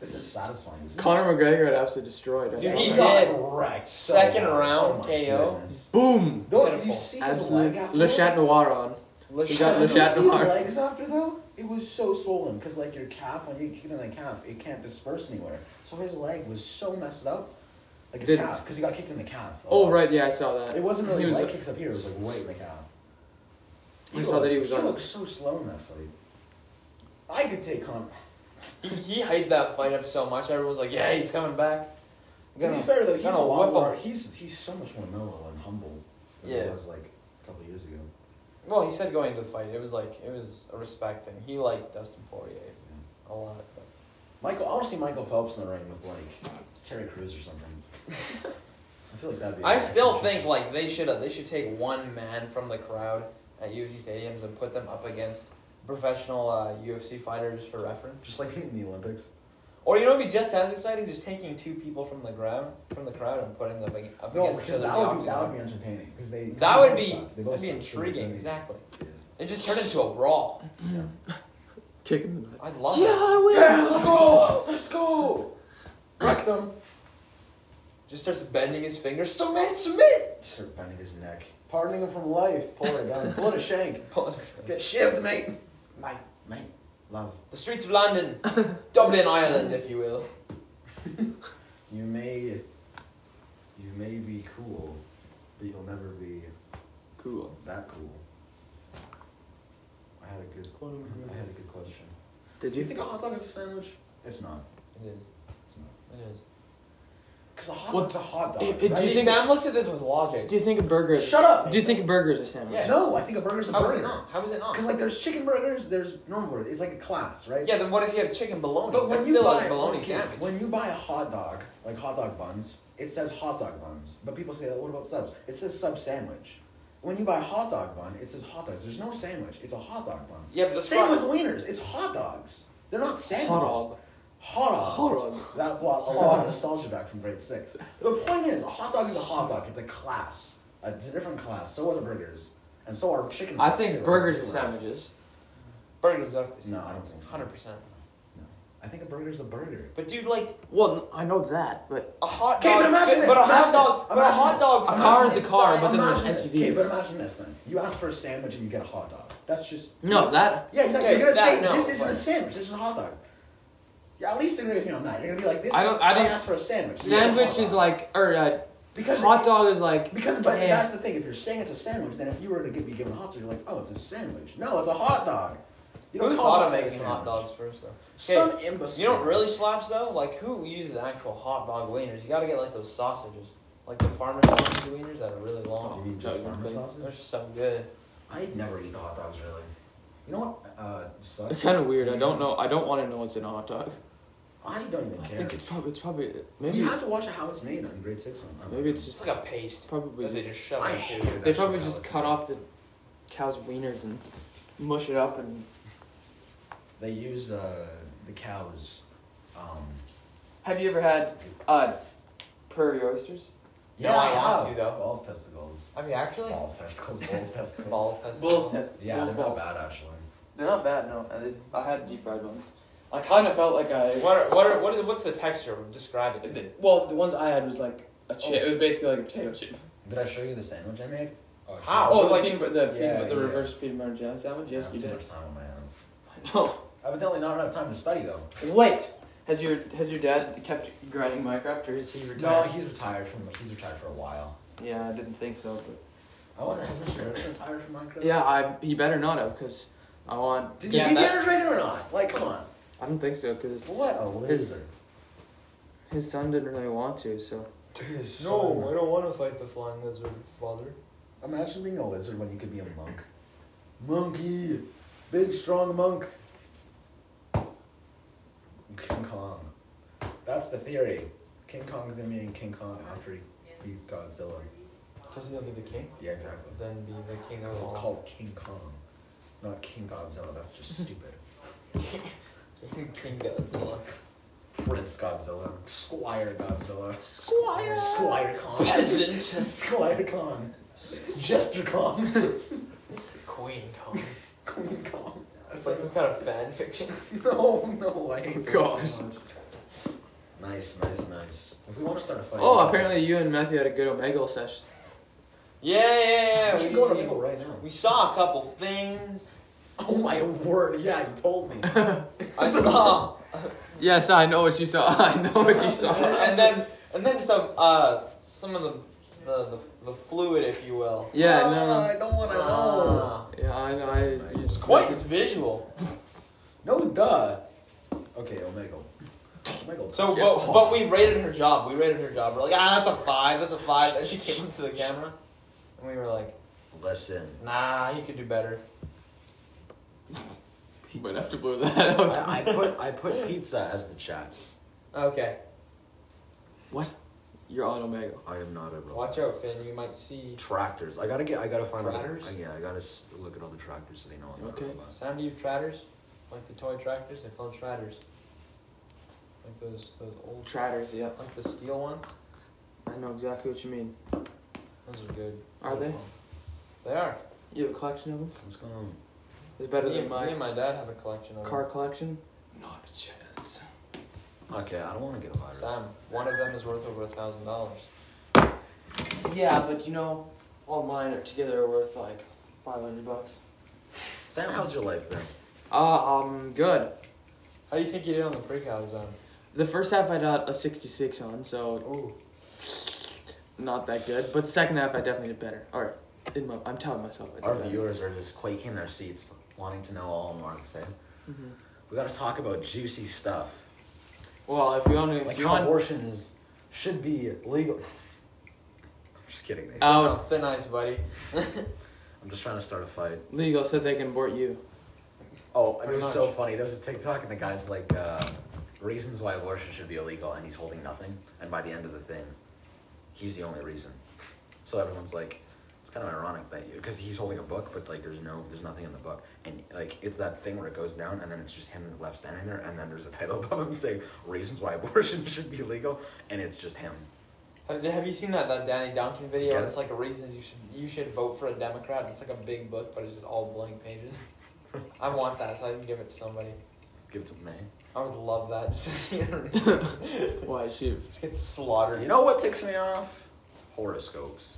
S1: This is satisfying. This is-
S3: Conor McGregor had absolutely destroyed. I
S1: Yeah,
S2: Dude,
S3: saw
S2: he
S3: that.
S2: got-
S1: got wrecked. so
S2: Second
S1: bad. Oh
S2: round
S1: my
S2: KO.
S1: goodness.
S3: Boom!
S1: No, did you
S2: Pitiful.
S1: see his leg
S3: Absolutely.
S1: after?
S3: Le Chat Noir on.
S2: Le
S3: He
S2: Chat-
S3: got Le
S1: Did you
S3: Chat
S1: see his
S3: Noir.
S1: legs after though? It was so swollen because like your calf, when you kick it in the calf, it can't disperse anywhere. So his leg was so messed up, like his
S3: Didn't.
S1: calf, because he got kicked in the calf. a
S3: Oh
S1: lot.
S3: right, yeah, I saw that.
S1: It wasn't really
S3: He was uh,
S1: leg
S3: a-
S1: kicks up here. It was like right in the calf.
S3: I saw that he was
S1: He
S3: on-
S1: looked so slow in that fight. I could take Conor.
S2: He, he hyped that fight up so much. Everyone's like, yeah, he's coming back.
S1: To be
S2: Gonna-
S1: fair though, he's
S2: gonna
S1: a lot
S2: whip him.
S1: more. He's he's so much more mellow and humble than he
S2: Yeah.
S1: was like a couple years ago.
S2: Well, he said going into the fight, it was like it was a respect thing. He liked Dustin Poirier a lot. But
S1: Michael, I want to see Michael Phelps in the ring with like Terry Crews or something. I feel like that'd be. a
S2: I
S1: nice
S2: still
S1: match.
S2: think like they should they should take one man from the crowd at UFC stadiums and put them up against professional uh, UFC fighters for reference.
S1: just like in the Olympics.
S2: Or you know, it'd be just as exciting, just taking two people from the ground from the crowd and putting them ag- up
S1: No,
S2: against each
S1: because
S2: other.
S1: that
S2: in the
S1: would be that would be
S2: octagon.
S1: entertaining because they
S2: that would be
S1: suck. They both
S2: that'd be
S1: suck, so they're
S2: intriguing,
S1: gonna-
S2: exactly.
S1: yeah.
S2: It just turned into a brawl.
S1: Yeah.
S3: Kick in the nuts.
S2: I love
S3: yeah,
S2: it.
S3: I will.
S1: Yeah, let's go! Let's go! Wreck them!
S2: Just starts bending his fingers. Submit, submit.
S1: Start bending his neck. Pardoning him from life. Pull it down. Pull it a shank. Get shivved, mate. Mate. Mate. Love.
S2: The streets of London, Dublin, Ireland, if you will.
S1: You may you may be cool, but you'll never be
S3: Cool.
S1: that cool. I had a good I had a good question.
S3: Did you?
S1: a hot dog is a sandwich? It's not.
S2: It is.
S1: It's not.
S2: It is.
S1: Because a hot
S3: Well,
S1: dog's a hot dog.
S3: it- it-
S1: right?
S3: do you
S2: See,
S3: think-
S2: Sam looks at this with logic.
S3: Do you think a burger is
S1: Shut up.
S3: Do you think a burger is a sandwich?
S2: Yeah.
S1: No, I think a burger's a
S2: How is it
S1: burger.
S2: not? How is it not?
S1: Because like there's chicken burgers, there's normal burgers. It's like a class, right?
S2: Yeah, then what if you have chicken bologna?
S1: But when
S2: That's
S1: you
S2: still
S1: buy
S2: a bologna
S1: okay,
S2: sandwich.
S1: when you buy a hot dog, like hot dog buns, it says hot dog buns. But people say, "What about subs?" It says sub sandwich. When you buy a hot dog bun, it says hot dogs. There's no sandwich. It's a hot dog bun.
S2: Yeah, but the
S1: Same
S2: squad-
S1: with wieners. It's hot dogs. They're not sandwiches.
S3: Hot dog.
S1: Hot dog.
S3: Hot dog.
S1: That brought a lot of nostalgia back from grade six. The point is, a hot dog is a hot dog. It's a class. It's a different class. So are the burgers, and so are chicken.
S3: I
S1: wraps, too,
S3: think
S1: right?
S3: burgers are
S1: Chicken wraps.
S3: sandwiches.
S2: Burgers are definitely
S1: No, I don't think so.
S2: Hundred percent.
S1: I think a burger is a burger.
S2: But dude, like
S3: Well, I know that, but
S2: a hot
S1: Okay,
S2: dog.
S1: but imagine this,
S2: but a
S1: imagine
S2: hot dog.
S1: this,
S2: But a
S1: imagine
S2: hot
S1: this.
S2: dog.
S3: A
S2: fits
S3: car is a
S2: inside-
S3: car, but then there's
S1: Imagine this.
S3: SUVs.
S1: Okay, but imagine this then. You ask for a sandwich and you get a hot dog. That's just
S3: no, that
S1: Yeah, exactly.
S2: Okay,
S1: you're gonna
S2: that-
S1: say
S2: no,
S1: this isn't a
S2: but-
S1: sandwich. This is a hot dog. Yeah, at least agree with me on that. You're gonna be like, this.
S3: I
S1: is-
S3: don't- I don't-
S1: asked for a sandwich. This a
S3: sandwich
S1: hot
S3: is
S1: dog.
S3: like or uh,
S1: because
S3: hot dog is like eh.
S1: Because, but
S3: yeah.
S1: that's the thing. If you're saying it's a sandwich, then if you were to get, be given a hot dog, you're like, oh, it's a sandwich. No, it's a hot dog. You
S2: Who
S1: don't call
S2: thought
S1: hot
S2: of
S1: dog a
S2: making
S1: sandwich.
S2: hot dogs first though?
S1: Some
S2: Okay,
S1: imbecile.
S2: You know what really slaps though? Like who uses actual hot dog wieners? You gotta get like those sausages, like the farmer's sausage wieners that are really
S1: You
S2: long.
S1: mean just farmer's sausage?
S2: They're so good.
S1: I'd never eat hot dogs really. You know what? Uh, sucks?
S3: It's kind of weird. I don't know. I don't want to know what's in a hot dog.
S1: I don't even
S3: I
S1: care.
S3: think it's probably it's probably maybe
S1: you have to watch how it's made on grade six. On,
S3: maybe it's
S2: It's
S3: just
S2: like a paste.
S3: probably
S2: that they
S3: just,
S2: just shove
S1: I
S2: into.
S1: hated that
S3: they
S1: shit
S3: probably
S1: when I
S3: just
S1: was
S3: cut
S1: a kid.
S3: off the cow's wieners and mush it up and
S1: They use uh, the cows. Um,
S3: Have you ever had uh, prairie oysters?
S2: No, I want
S1: yeah, uh,
S2: to, though.
S1: Balls, testicles,
S2: I mean, actually,
S1: balls, testicles, balls, testicles.
S2: balls. That's
S3: test.
S1: Yeah, they're not bad actually.
S3: They're not bad. No, I, I had deep fried ones. I kind of felt like I.
S2: What are, what are, what is what's the texture? Describe it. To me.
S3: the- well, the ones I had was like a chip. It was basically like a potato chip.
S1: Did I show you the sandwich I made? Oh,
S2: How?
S3: Oh, the
S2: like-
S3: peanut, bu- the,
S1: Yeah,
S3: peanut, bu- the
S1: yeah.
S3: reverse peanut butter and jam sandwich.
S1: I
S3: Yes,
S1: have
S3: you
S1: too
S3: did.
S1: much time on my hands.
S3: No.
S1: Evidently, not enough time to study though.
S3: Wait. Has your has your dad kept grinding Minecraft, or is he
S1: No,
S3: retired?
S1: he's retired from. He's retired for a while.
S3: Yeah, I didn't think so.
S1: I wonder has Mr. Erickson retired from Minecraft?
S3: But yeah, I he better not have, cause I want.
S1: Did
S2: Yeah,
S1: you get the
S2: that's-
S1: underrated or not? Like, come on.
S3: I don't think so, cause
S1: What a
S3: His-
S1: loser.
S3: his son didn't really want to. So
S1: No,
S6: I don't want to fight the flying lizard, father.
S1: Imagine being a lizard when you could be a monk. Monkey! Big strong monk. King Kong. That's the theory. King Kong's gonna mean King Kong after he beats Godzilla.
S6: Doesn't that be the king?
S1: Yeah, exactly.
S6: Then be the king
S1: It's
S6: of
S2: Oh.
S6: all.
S1: called King Kong. Not King Godzilla, that's just stupid.
S2: King Godzilla.
S1: Prince Godzilla. Squire Godzilla.
S3: Squire.
S1: Squire Kong.
S2: Peasant.
S1: Squire Kong. Jester Kong.
S2: Queen Kong.
S1: Queen Kong.
S2: It's like some kind of fan fiction.
S1: No, no, I hate this
S3: Gosh.
S1: so much. Nice, nice, nice. If we want to start a fight.
S3: Oh, apparently you and Matthew had a good Omegle session.
S2: Yeah, yeah, yeah.
S1: we
S2: We,
S1: should go to people right now.
S2: we saw a couple things.
S1: Oh my word! Yeah, you told me.
S2: I saw,
S3: Yes, I know what you saw. I know what you saw.
S2: and then and then some uh some of the the the, the fluid, if you will.
S3: Yeah,
S1: Ah,
S3: no,
S1: I don't want to know.
S2: Ah,
S3: no. Yeah, I know. I,
S2: it was quite visual.
S1: No, duh. Okay, Omegle. Omegle.
S2: So, but, but we rated her job. We rated her job. We're like, ah, that's a five. That's a five. Then she came into the camera, and we were like,
S1: listen.
S2: nah, you could do better.
S3: You might have to blow that out.
S1: I, I put I put pizza as the chat.
S2: Okay,
S3: What? You're on Omegle.
S1: I am not a robot.
S2: watch out, Finn. You might see.
S1: Tractors. I gotta get. I gotta find.
S2: Tratters?
S1: Out, yeah, I gotta s- look at all the tractors so they know I'm not
S3: Okay.
S1: a robot.
S2: Sound of you tratters, like the toy tractors. They're called tratters. Like those those old,
S3: Tratters, yeah.
S2: like the steel ones.
S3: I know exactly what you mean.
S2: Those are good.
S3: Are they?
S2: They are.
S3: You have a collection of them?
S1: What's going on?
S3: It's better
S2: me,
S3: than
S2: and- me
S3: my
S2: and my dad have a collection of
S3: car collection. Not a chance.
S1: Okay, I don't want to get a
S2: them.
S1: virus.
S2: Sam, one of them is worth over a thousand dollars.
S3: Yeah, but you know, all mine are together worth like 500 bucks.
S1: Sam, how's your life, man?
S3: Uh, um, good.
S2: How do you think you did on the pre-cal zone?
S3: The first half I got a 66 on, so
S2: Ooh.
S3: not that good. But the second half I definitely did better. All right, in my, I'm telling myself I did
S1: Our
S3: better.
S1: viewers are just quaking in their seats, wanting to know all more of the same.
S3: Mhm.
S1: We got to talk about juicy stuff,
S3: Well, if you want, to, if
S1: like
S3: you
S1: how
S3: want,
S1: abortion is should be legal. I'm just kidding. Nathan.
S6: Uh,
S3: Out.
S2: Oh, thin ice, buddy.
S1: I'm just trying to start a fight.
S3: Legal said they can abort you.
S1: Oh, and it
S6: Pretty
S1: was
S6: much.
S1: so funny. There was a TikTok, and the guy's like, uh, reasons why abortion should be illegal, and he's holding nothing. And by the end of the thing, he's the only reason. So everyone's like, it's kind of ironic that because he's holding a book, but like there's no, there's nothing in the book, and like it's that thing where it goes down, and then it's just him left standing there, and then there's a title above him saying reasons why abortion should be illegal, and it's just him.
S2: Have, have you seen that, that Danny Duncan video?
S1: Yeah.
S2: It's like a reason you should you should vote for a Democrat. It's like a big book, but it's just all blank pages. I want that so I can give it to somebody.
S1: Give it to me.
S2: I would love that just to see her read.
S3: Why she?
S2: Just get slaughtered.
S1: You know what ticks me off? Horoscopes.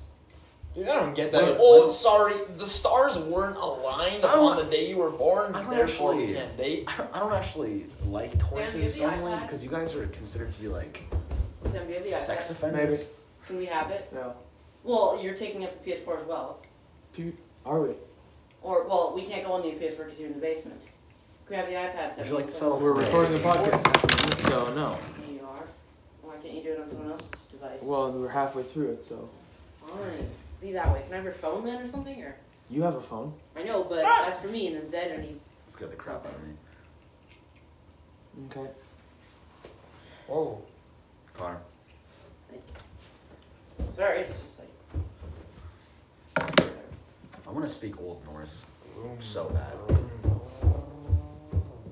S2: Dude, I don't get
S1: Like,
S2: that.
S1: oh,
S2: sorry, the stars weren't aligned
S1: upon
S2: the day you were born.
S1: therefore we can't
S2: can't date.
S1: I don't, I don't actually like horses
S5: the
S1: normally
S5: iPad?
S1: because you guys are considered to be like
S5: Sam, do you have the iPad?
S1: sex offenders.
S5: Can we have it?
S3: No.
S5: Well, you're taking up the PS4 as well.
S3: P- Are we?
S5: Or, well, we can't go on the PS4 because you're in the basement. Can we have the iPad?
S1: Would
S5: Sam?
S1: you like to settle
S3: We're
S1: for a-
S3: recording the podcast, so no.
S5: You are. Why can't you do it on someone else's device?
S3: Well, we're halfway through it, so
S5: Fine. Be that way. Can I have your phone then or something? Or
S3: you have a phone.
S5: I know, but
S1: Ah!
S5: that's for me, and then Zed needs.
S1: Let's get the crap out of me.
S3: Okay.
S2: Whoa.
S1: Car.
S5: Sorry, it's just like.
S1: I want to speak Old Norse so bad.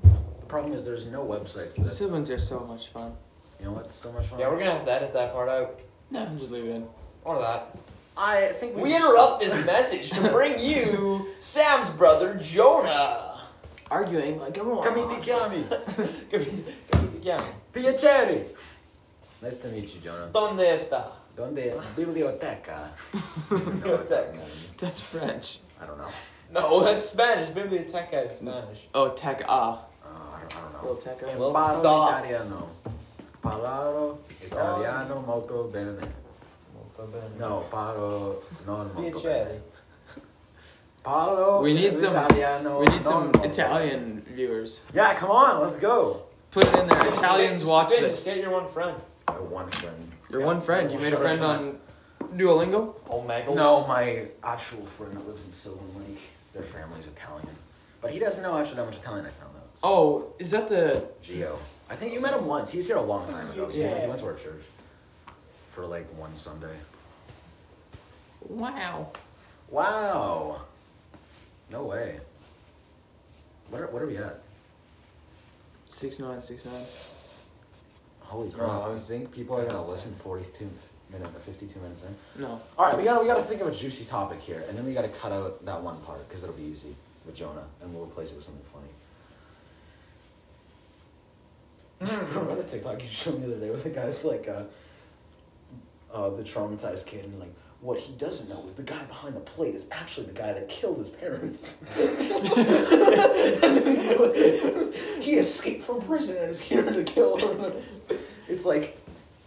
S1: The problem is there's no websites that.
S3: Siblings are so much fun.
S1: You know what's so much fun?
S2: Yeah, we're gonna have to edit that part out.
S3: No, just leave it in.
S2: Or that.
S1: I think
S2: We interrupt this message to bring you Sam's brother, Jonah.
S3: Arguing like come on.
S1: Kami Pikami.
S2: Good- good- yeah.
S1: Piacere. Nice to meet you, Jonah.
S2: Donde esta?
S1: Donde biblioteca? I don't know what that means.
S3: That's French.
S1: I don't know. Uh,
S2: No, that's Spanish. Biblioteca is Spanish.
S3: Oh, tech ah.
S1: Uh, I don't, I don't know.
S3: Little tech ah.
S2: Well,
S1: Parlo
S2: stop.
S1: italiano. Parlo italiano molto bene. No, parlo non molto bene.
S2: Piacere.
S1: Parlo
S3: We need some-
S1: italiano
S3: We
S1: non
S3: need some
S1: molto bene.
S3: Italian viewers.
S1: Yeah, come on, let's go.
S3: Put it in there. Italians watch
S2: Finn, just
S3: this.
S2: Get your one friend.
S1: My one friend.
S3: Your
S1: Yeah.
S3: one friend. You made a
S1: Sure,
S3: friend
S1: it's
S3: on Duolingo.
S2: Oh, Maggle.
S1: No, my actual friend that lives in Sylvan Lake. Their family's Italian. But he doesn't know actually how much Italian I found out.
S3: Oh, is that the?
S1: Gio. I think you met him once. He was here a long time ago. He, was, he
S2: Yeah.
S1: went to our church for like one Sunday.
S3: Wow.
S1: Wow. No way. What are, what are we at?
S3: Six nine six nine.
S1: Holy
S6: Bro,
S1: crap!
S6: I was think people are gonna listen.
S1: forty-two minute, fifty-two minutes in.
S3: No.
S1: All right, we gotta we gotta think of a juicy topic here, and then we gotta cut out that one part because it'll be easy with Jonah, and we'll replace it with something funny.
S2: Mm.
S1: Remember the TikTok you showed me the other day where the guy's like, uh, uh, the traumatized kid, and he's like, what he doesn't know is the guy behind the plate is actually the guy that killed his parents. And then he's like- he escaped from prison and is here to kill. Her. It's like,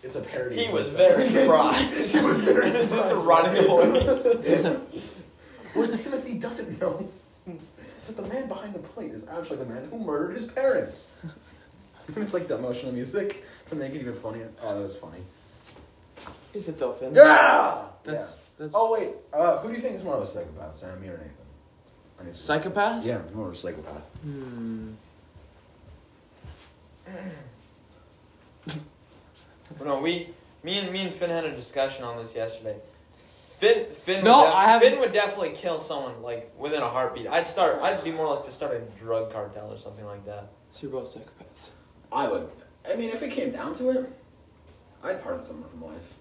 S1: it's a parody.
S2: He was very surprised.
S1: he was very
S2: Just
S1: surprised.
S2: running away.
S1: Where Timothy doesn't know that the man behind the plate is actually the man who murdered his parents. it's like the emotional music to make it even funnier. Oh, that was funny.
S3: Is it dolphin?
S1: Yeah.
S3: That's that's
S1: Oh wait, uh, who do you think is more of a psychopath, Sam, you or Nathan? I need to-
S3: psychopath.
S1: Yeah, more of a psychopath.
S3: Hmm.
S2: No, we, me and me and Finn had a discussion on this yesterday. Finn, Finn,
S3: No,
S2: would def-
S3: I haven't-
S2: Finn would definitely kill someone like within a heartbeat. I'd start. I'd be more like to start a drug cartel or something like that.
S3: So you're both psychopaths.
S1: I would. I mean, if it came down to it, I'd pardon someone from life.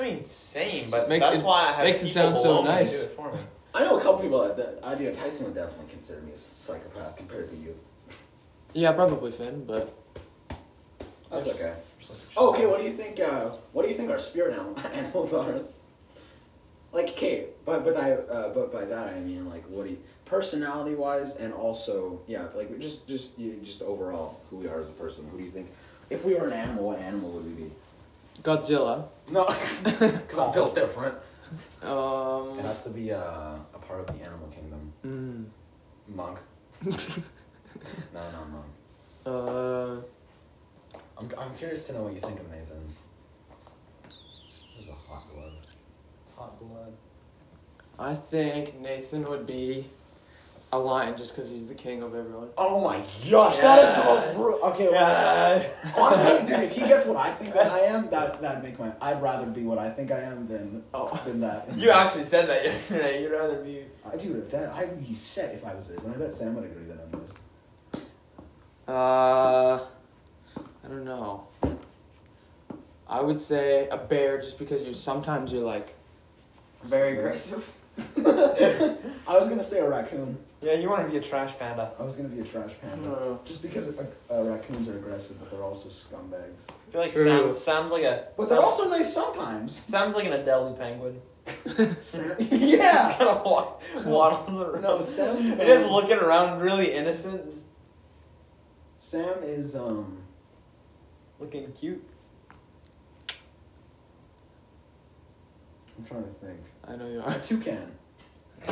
S2: I mean, same, but
S3: Makes
S2: that's
S3: it-
S2: why I have
S3: makes it
S2: people
S3: sound so
S2: below me
S3: nice.
S2: Do it for me.
S1: I know a couple people that, that I do. Tyson would definitely consider me a psychopath compared to you.
S3: Yeah, probably Finn, but
S1: That's okay.
S2: Just like a
S1: Oh, Okay,
S2: shot.
S1: what do you think? Uh, what do you think our spirit anim- animals are? Like, okay, but but I uh, but by that I mean like what do you, personality wise and also yeah like just just you, just overall who we are as a person. Who do you think? If we were an animal, what animal would we be?
S3: Godzilla.
S1: No, because I'm built different. It
S3: Um.
S1: has to be uh, a part of the animal kingdom.
S3: Mm,
S1: Monk. no, not monk.
S3: uh.
S1: I'm I'm curious to know what you think of Nathan's. This is a hot glove.
S2: Hot blood.
S3: I think Nathan would be a lion just because he's the king of everyone.
S1: Oh my gosh, that is the
S2: Yes.
S1: most brutal. Okay,
S2: Yeah.
S1: well, honestly, dude, if he gets what I think that I am, that that'd make my. I'd rather be what I think I am than
S3: Oh.
S1: than that.
S2: You actually said that yesterday. You'd rather be.
S1: I do that. I'd be set if I was this, and I bet Sam would agree that I'm this.
S3: Uh, I don't know. I would say a bear just because you're sometimes you're like very aggressive.
S1: I was gonna say a raccoon.
S2: Yeah, you want to be a trash panda.
S1: I was gonna be a trash panda.
S3: Uh,
S1: Just because uh, uh, raccoons are aggressive, but they're also scumbags.
S2: I feel like
S3: True.
S2: Sam Sam's like a.
S1: But they're
S2: Sam-
S1: also nice sometimes.
S2: Sam's like an Adelie penguin.
S1: Sam-
S2: Just
S1: yeah.
S2: kind of wa- waddles around.
S1: No, Sam's.
S2: He's just
S1: um,
S2: looking around, really innocent, just
S1: Sam is um.
S2: looking cute.
S1: I'm trying to think.
S3: I know you
S1: A
S3: are.
S1: toucan.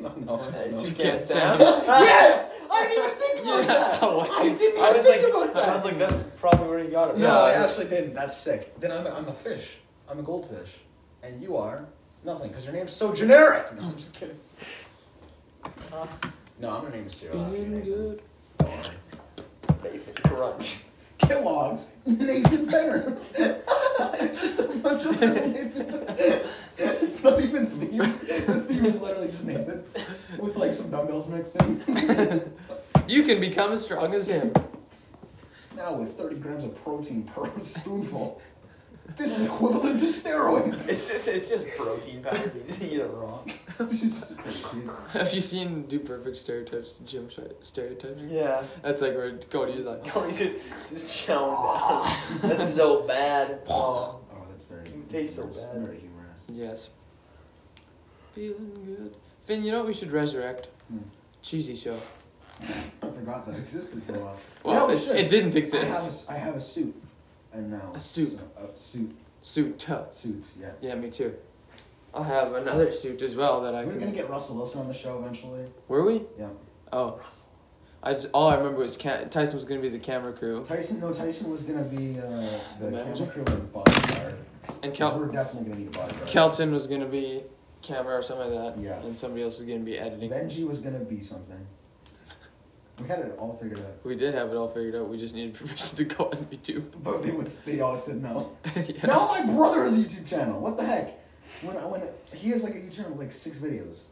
S1: no, no, no.
S2: You
S3: Toucan
S2: can't
S3: Sam.
S1: yes! I didn't even think about
S3: Yeah,
S1: that.
S3: I was
S1: I
S3: too-
S1: didn't even
S2: I was
S1: think
S2: like,
S1: about that.
S2: I was like, that's probably where he got it.
S1: no,
S2: from.
S1: I actually didn't. That's sick. Then I'm a, I'm a fish. I'm a goldfish, and you are nothing because your name's so generic. No, I'm just kidding. No, I'm gonna name cereal. after you,
S3: Feeling
S1: Nathan.
S3: good.
S1: Don't worry.
S2: Nathan Crunch.
S1: Kellogg's Nathan Benner. just a bunch of little Nathan. It's not even themed. The theme is literally just Nathan with like some dumbbells mixed in.
S3: You can become as strong as him.
S1: Now with 30 grams of protein per spoonful, this is equivalent to steroids.
S2: It's just, it's just protein powder. You just eat it raw.
S1: Jesus Christ.
S3: Have you seen Do Perfect Stereotypes? Gym sh- stereotypes.
S2: Yeah.
S3: That's like where Cody's like.
S2: Cody just, just chowing down. That's so bad. Oh.
S1: Oh, that's very.
S2: It tastes so
S1: humorous.
S2: bad.
S1: Very humorous.
S3: Yes. Feeling good. Finn, you know what we should resurrect?
S1: Hmm.
S3: Cheesy show.
S1: I forgot that existed for a while.
S3: Well,
S1: Yeah, we
S3: it,
S1: should.
S3: it didn't
S1: I have a
S3: exist.
S1: s- I have a suit, and now
S3: A suit.
S1: so- a suit,
S3: Suit. Tuh.
S1: suits. Yeah.
S3: Yeah, me too. I have another suit as well that I
S1: We're gonna
S3: can.
S1: get Russell Wilson on the show eventually.
S3: Were we?
S1: Yeah.
S3: Oh, I just, all I remember was ca- Tyson was gonna be the camera crew,
S1: Tyson, no, Tyson was gonna be uh, the
S3: Manager?
S1: camera crew and bodyguard.
S3: and
S1: 'Cause
S3: Kel-
S1: we're definitely gonna need a bodyguard.
S3: Kelton was gonna be camera or something like that,
S1: Yeah.
S3: and somebody else was gonna be editing.
S1: Benji was gonna be something. We had it all figured out,
S3: we did have it all figured out. We just needed permission to go on YouTube.
S1: but they would they all said no.
S3: yeah.
S1: Now my brother has a YouTube channel. What the heck? When I- when he has like a YouTube channel with like six videos.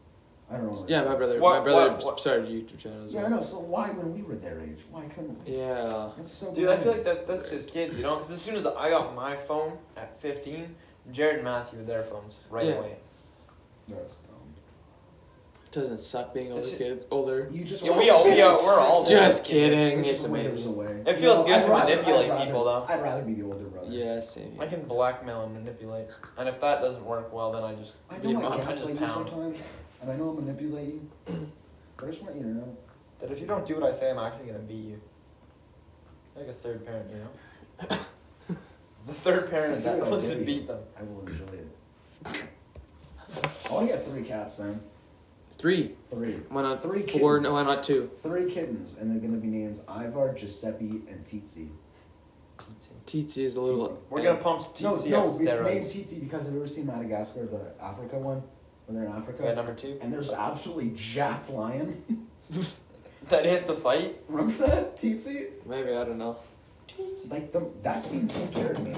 S1: I don't know. what
S3: Yeah,
S1: it's-
S3: my brother.
S2: What-
S3: my brother
S2: what- what-
S3: started a YouTube channel as
S1: Yeah, I
S3: well.
S1: know. So why when we were their age, why couldn't we?
S3: Yeah.
S1: That's so.
S2: Dude, I feel like
S1: boring.
S2: that, that's just kids, you know? Because as soon as I got my phone at 15, Jared and Matthew with their phones right
S3: Yeah.
S2: away.
S1: That's dumb.
S3: Doesn't suck being older
S2: It's ju-
S3: kid. Older.
S1: You just.
S2: Yeah, we all- we all- we're all
S3: Just
S2: just
S3: kidding.
S1: There's
S3: It's
S1: just ways
S3: amazing.
S1: away.
S2: It feels good
S1: I'd
S2: to
S1: rather-
S2: manipulate
S1: I'd rather-
S2: people, though.
S1: I'd rather be the older brother.
S3: Yeah, same.
S2: I
S3: here.
S2: can blackmail and manipulate. And if that doesn't work well, then I just.
S1: I
S3: Beat
S1: know
S3: 'em up.
S1: I gaslight you
S2: Pound.
S1: sometimes, and I know I manipulate you. But I just want you to know.
S2: That if you don't do what I say, I'm actually going to beat you. Like a third parent, you know? the third parent
S1: Yeah,
S2: that
S1: I'll
S2: looks
S1: get
S2: and
S1: you.
S2: beat them.
S1: I will enjoy it. I want to get three cats, then.
S3: Three.
S1: Three.
S3: Why not
S1: Three
S3: four?
S1: kittens.
S3: No, why not two?
S1: Three kittens, and they're going to be named Ivar, Giuseppe, and Tizzi.
S3: Titi is a little.
S1: Tsitsi.
S2: We're going to pump TT
S1: No,
S2: out
S1: no, it's named
S2: steroids.
S1: Tizzi because have you ever seen Madagascar, the Africa one? When they're in Africa?
S2: Okay, number two.
S1: and there's an absolutely jacked lion.
S2: That is the fight.
S1: Remember that? Tizzi?
S3: Maybe I don't know.
S1: Like the, that scene scared me.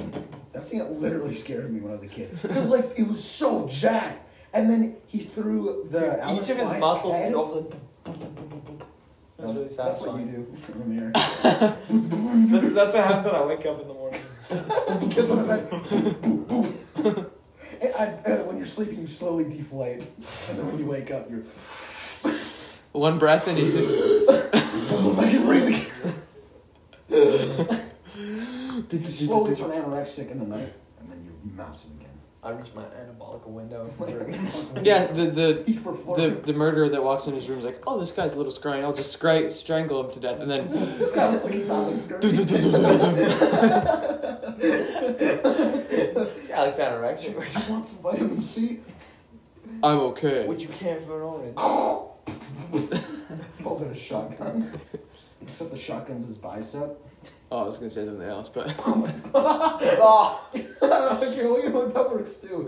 S1: That scene literally scared me when I was a kid. Cause like it was so jacked, and then he threw the Alex
S2: Each of his
S1: Lyons
S2: muscles
S1: head.
S2: is also. That's really
S1: That's, that's what you
S2: satisfying.
S1: do in America.
S2: That's, that's what happens when I wake up in the morning.
S1: Gets out of bed, boop, boop. And I- uh, when you're sleeping, you slowly deflate, and then when you wake up, you're
S3: One breath and he's just.
S1: I can breathe again. You slowly turn anorexic in the night, and then you're massive again.
S2: I reach my anabolic window.
S3: Yeah, the the
S1: Peak
S3: the,
S1: performance.
S3: the murderer that walks in his room is like, oh, this guy's a little scrawny. I'll just scry- strangle him to death, and then
S1: This guy looks like he's not like
S2: Alexander
S1: Would
S2: Rex.
S1: you want some vitamin C?
S3: I'm okay.
S2: Would you care for an orange?
S1: Pulls out a shotgun. Except the shotgun's his bicep.
S3: Oh, I was gonna say something else, but
S2: Ah!
S1: oh, okay, look at what that works too.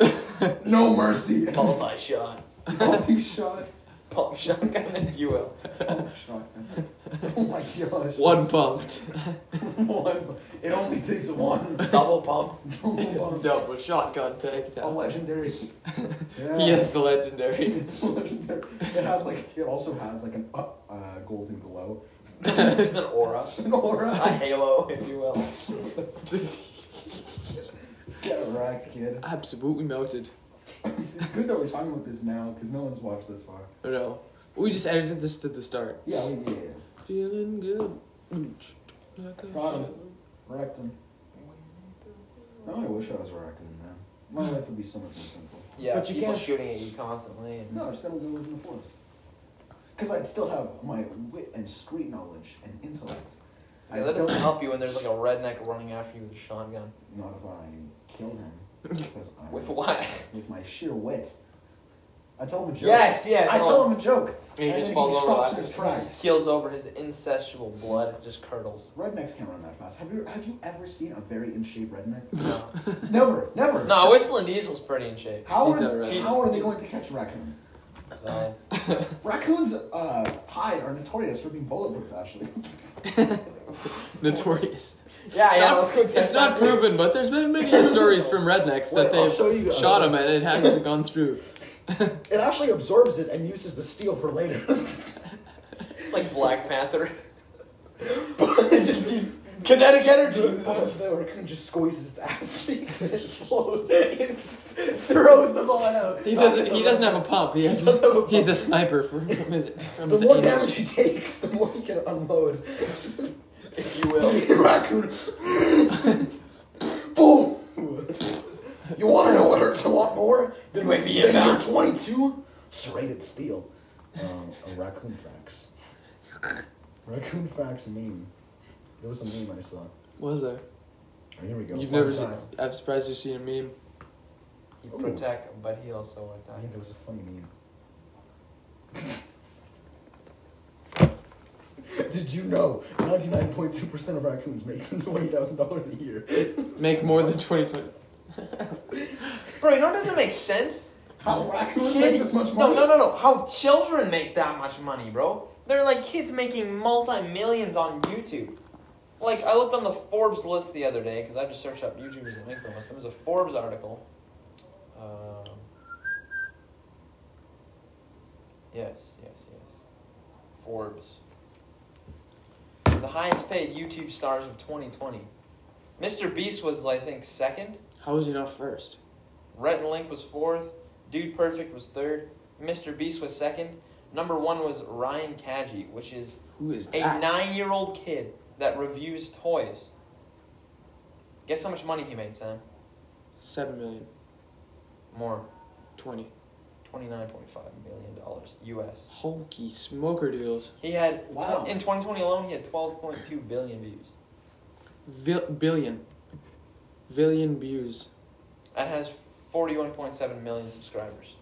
S1: No mercy.
S2: Multi shot.
S1: Multi shot.
S2: Pump shotgun, if you will.
S1: Pump shotgun. Oh my gosh.
S3: one pumped,
S1: One. It only takes one.
S2: Double pump.
S1: Double one.
S3: double shotgun
S1: A
S3: takedown.
S1: legendary. Yeah.
S3: He is the legendary.
S1: It's legendary. It has like it also has like an uh, uh, golden glow,
S2: Just an aura.
S1: an aura.
S2: A halo, if you will.
S1: Get wrecked, kid.
S3: Absolutely melted.
S1: It's good that we're talking about this now because no one's watched this far.
S3: Oh no, we just edited this to the start.
S1: Yeah, we did.
S3: Feeling good. Ooch. Like a
S1: Got him.
S3: shot.
S1: Wrecked him. No, Oh, I wish I was wrecked him, man. My life would be so much more simple.
S2: Yeah,
S3: But you
S2: people
S3: can't-
S2: shooting at you constantly. And
S1: No, I just gotta go within the forest. Because I'd still have my wit and street knowledge and intellect.
S2: Yeah, that doesn't help you when there's like a redneck running after you with a shotgun.
S1: Not if I kill him. Because I
S2: With what?
S1: with my sheer wit. I tell him a joke.
S2: Yes, yes.
S1: I
S2: oh.
S1: tell him a joke.
S3: And he
S1: And
S3: just
S1: he
S3: falls over
S1: stops in
S3: laughing.
S1: his tracks.
S2: Keels over his incestual blood just curdles.
S1: Rednecks can't run that fast. Have you have you ever seen a very in shape redneck?
S2: No,
S1: never, never.
S2: no Whistling Diesel's pretty in shape.
S1: How are,
S3: He's not a redneck.
S1: how are they going to catch a raccoon?
S2: So,
S1: Raccoons uh, hide are notorious for being bulletproof, actually.
S3: Notorious.
S2: yeah, yeah.
S3: Not-
S2: let's go.
S3: It's not proven, but there's been many stories from rednecks that
S1: Wait, I'll
S3: they've
S1: show you guys.
S3: shot him and it hasn't gone through.
S1: It actually absorbs it and uses the steel for later.
S2: It's like Black Panther.
S1: it just keeps.
S2: Kinetic energy.
S1: The, the raccoon just squeezes its ass cheeks and it blows. It throws the bullet out.
S3: He doesn't. He doesn't have a pump. He has,
S1: doesn't have a
S3: He's a sniper from his, from his
S1: The more
S3: anus.
S1: damage he takes, the more he can unload.
S2: If you will.
S1: raccoon. Boom! You want to know what hurts a lot more than
S2: Wait for you
S1: than
S2: now.
S1: your 22 serrated steel? Um, a raccoon fax. Raccoon fax meme. There was a meme I saw.
S3: Was there?
S1: Oh, here we go.
S3: You've
S1: Fun
S3: never seen.
S1: fact.
S3: I'm surprised you've seen a meme.
S2: He protect, but he also would
S1: Yeah,
S2: die.
S1: there was a funny meme. Did you know 99.2% of raccoons make $20,000 a year?
S3: Make more than 2020.
S2: Bro, you know what doesn't make sense?
S1: How raccoons
S2: Kid-
S1: make this much money?
S2: No, no, no, no. How children make that much money, bro? They're like kids making multi millions on YouTube. Like I looked on the Forbes list the other day because I just searched up YouTubers that make the most. There was a Forbes article. Um, yes, yes, yes. Forbes. The highest paid YouTube stars of 2020. Mr. Beast was, I think, second.
S3: How was he not first?
S2: Rhett and Link was fourth. Dude Perfect was third. Mr. Beast was second. Number one was Ryan Kaji, which is
S3: Who is
S2: a
S3: that?
S2: nine year old kid that reviews toys. Guess how much money he made, Sam?
S3: Seven million
S2: More.
S3: twenty.
S2: $29.5 million US.
S3: Hulky smoker deals.
S2: He had,
S1: Wow.
S2: in 2020 alone, he had 12.2 billion views.
S3: Vil- billion. Billion views.
S2: And has 41.7 million subscribers.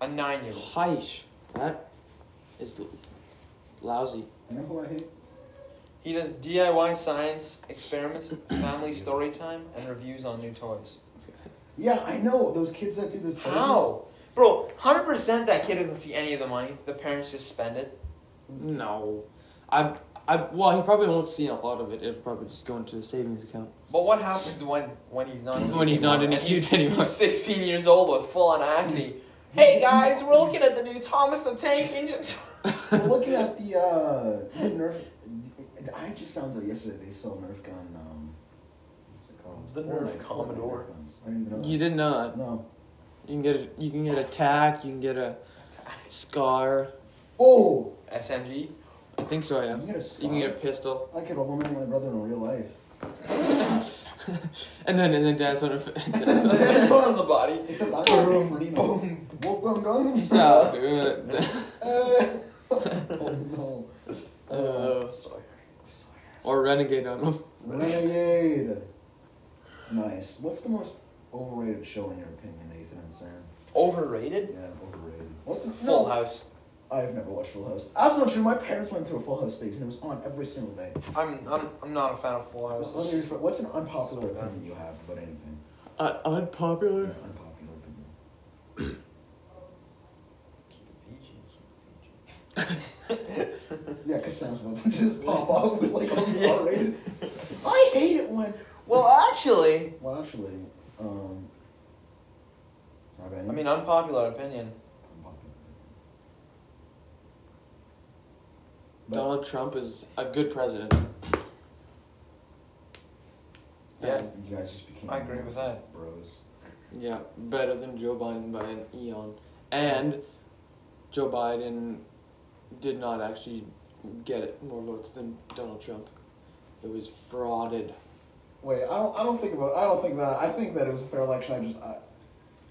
S2: A nine year old.
S3: Heish. That is l- lousy.
S1: You know who I hate?
S2: He does DIY science experiments, family story time, and reviews on new toys.
S1: Yeah, I know those kids that do those.
S2: How? Bro, 100% that kid doesn't see any of the money. The parents just spend it.
S3: No. I, I, well, he probably won't see a lot of it. It'll probably just go into a savings account.
S2: But what happens when, when he's not in
S3: When he's not in a cute anymore.
S2: He's 16 years old with full on acne. hey guys, we're looking at the new Thomas the Tank Engine.
S1: We're looking at the uh, the Nerf. I just found out yesterday they sell Nerf gun. Um, what's it called?
S2: The Nerf Commodore.
S1: Nerf guns. I didn't even know.
S3: You
S1: that.
S3: didn't know that.
S1: No.
S3: You can get a, you can get a tack. You can get a scar.
S1: Oh,
S2: SMG.
S3: I think so. Yeah.
S1: you get a
S3: You can get a
S1: scar.
S3: pistol,
S1: I could have woman my brother in real life.
S3: and then and then dance on a. dance on a
S2: That's on the body.
S1: Except I'm not paying for Nemo.
S2: Boom.
S1: Wolfgang Gun.
S3: Stop doing it.
S1: Uh, oh no. Uh,
S3: Uh,
S2: Sawyer.
S3: or renegade on them.
S1: Renegade. Nice. What's the most overrated show in your opinion, Nathan and Sam?
S2: Overrated?
S1: Yeah, overrated. What's a
S2: Full House.
S7: I've never watched Full House. That's not true. My parents went through a Full House stage and it was on every single day.
S2: I'm, I'm, I'm not a fan of Full
S7: Let me
S2: House.
S7: rephr- What's an unpopular opinion you have about anything?
S3: Uh,
S7: An
S3: unpopular.
S7: unpopular opinion. Yeah, because Sam's wants to just pop off with like all the R-rated. I hate it when.
S2: Well, actually,
S7: Well, actually, um. Have any?
S2: I mean, unpopular opinion.
S7: Unpopular. But-
S3: Donald Trump is a good president.
S2: Yeah.
S7: Um, You guys just became.
S2: I agree with
S7: massive Bros.
S3: Yeah, better than Joe Biden by an eon. And Joe Biden did not actually get it more votes than Donald Trump. It was frauded.
S7: Wait, I don't. I don't think about. I don't think that. I think that it was a fair election. I just. I,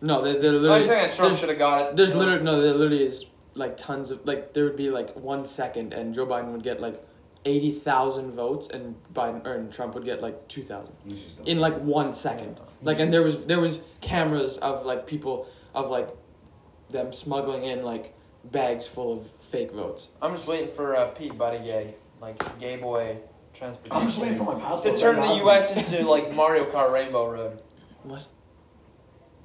S3: No, they're, they're
S2: I
S3: literally.
S2: just think that Trump
S3: there's-
S2: should have got it.
S3: There's literally no. There literally is like tons of like there would be like one second, and Joe Biden would get like eighty thousand votes, and Biden or and Trump would get like two thousand
S7: you just don't.
S3: in like one second. Like and there was there was cameras of like people of like them smuggling in like bags full of fake votes.
S2: I'm just waiting for uh, Pete Buddy Gay, like gay boy transportation.
S7: I'm just waiting for my passport.
S2: to turn the
S7: That's-
S2: U.S. into like Mario Kart Rainbow Road.
S3: What?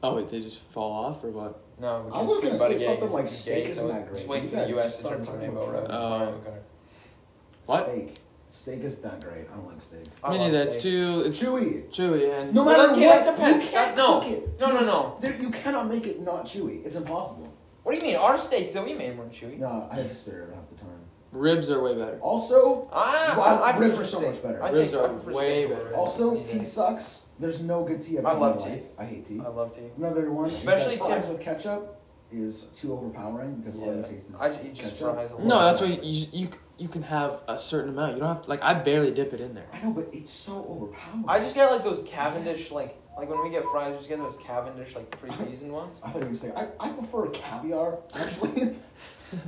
S3: Oh, wait, they just fall off or what?
S2: No,
S7: I
S2: because
S7: was gonna
S2: Pete Buttigieg
S7: say something
S2: is
S7: like
S2: gay,
S7: steak
S2: so
S7: isn't that
S2: Just
S7: great.
S2: waiting
S7: You
S2: for the
S7: guys
S2: U.S.
S7: just
S2: to turn
S7: start
S2: to
S7: talking
S2: Rainbow
S7: about
S2: Road.
S7: Trump.
S2: and
S3: Oh.
S2: Mario Kart.
S3: What?
S7: Steak. Steak is not great. I don't like steak.
S2: Oh, I
S3: Many
S2: love
S3: that's
S2: steak.
S3: too it's
S7: Chewy.
S3: chewy and
S7: No
S2: Well,
S7: matter
S2: that can't-
S7: what,
S2: that depends.
S7: you can't
S2: That- no.
S7: cook it.
S2: No, no,
S7: It's-
S2: no.
S7: There, you cannot make it not chewy. It's impossible.
S2: What do you mean? Our steaks that we made weren't chewy.
S7: No, I had to spare it half the time.
S3: ribs are way better.
S7: Also,
S2: Ah,
S7: Wow,
S2: I, I
S7: ribs
S2: prefer
S7: are so
S2: steak.
S7: much better.
S2: I
S3: Ribs
S2: take-
S3: are
S2: I prefer
S3: way
S2: steak over
S3: better.
S2: ribs
S7: also
S2: any day.
S7: tea sucks. There's no good tea I've
S2: I
S7: had in my
S2: love tea.
S7: life. I hate tea.
S2: I love tea.
S7: Another one, is
S2: Especially
S7: that fries
S2: tea.
S7: with ketchup is too overpowering because all you
S2: Yeah.
S7: taste is
S2: I just eat just
S7: ketchup.
S2: fries. alone.
S3: No, that's why you you you can have a certain amount. You don't have to, like I barely dip it in there.
S7: I know, but it's so overpowering.
S2: I just get like those Cavendish like like when we get fries, we just get those Cavendish like pre-seasoned ones.
S7: I thought you were gonna say I, I prefer caviar actually.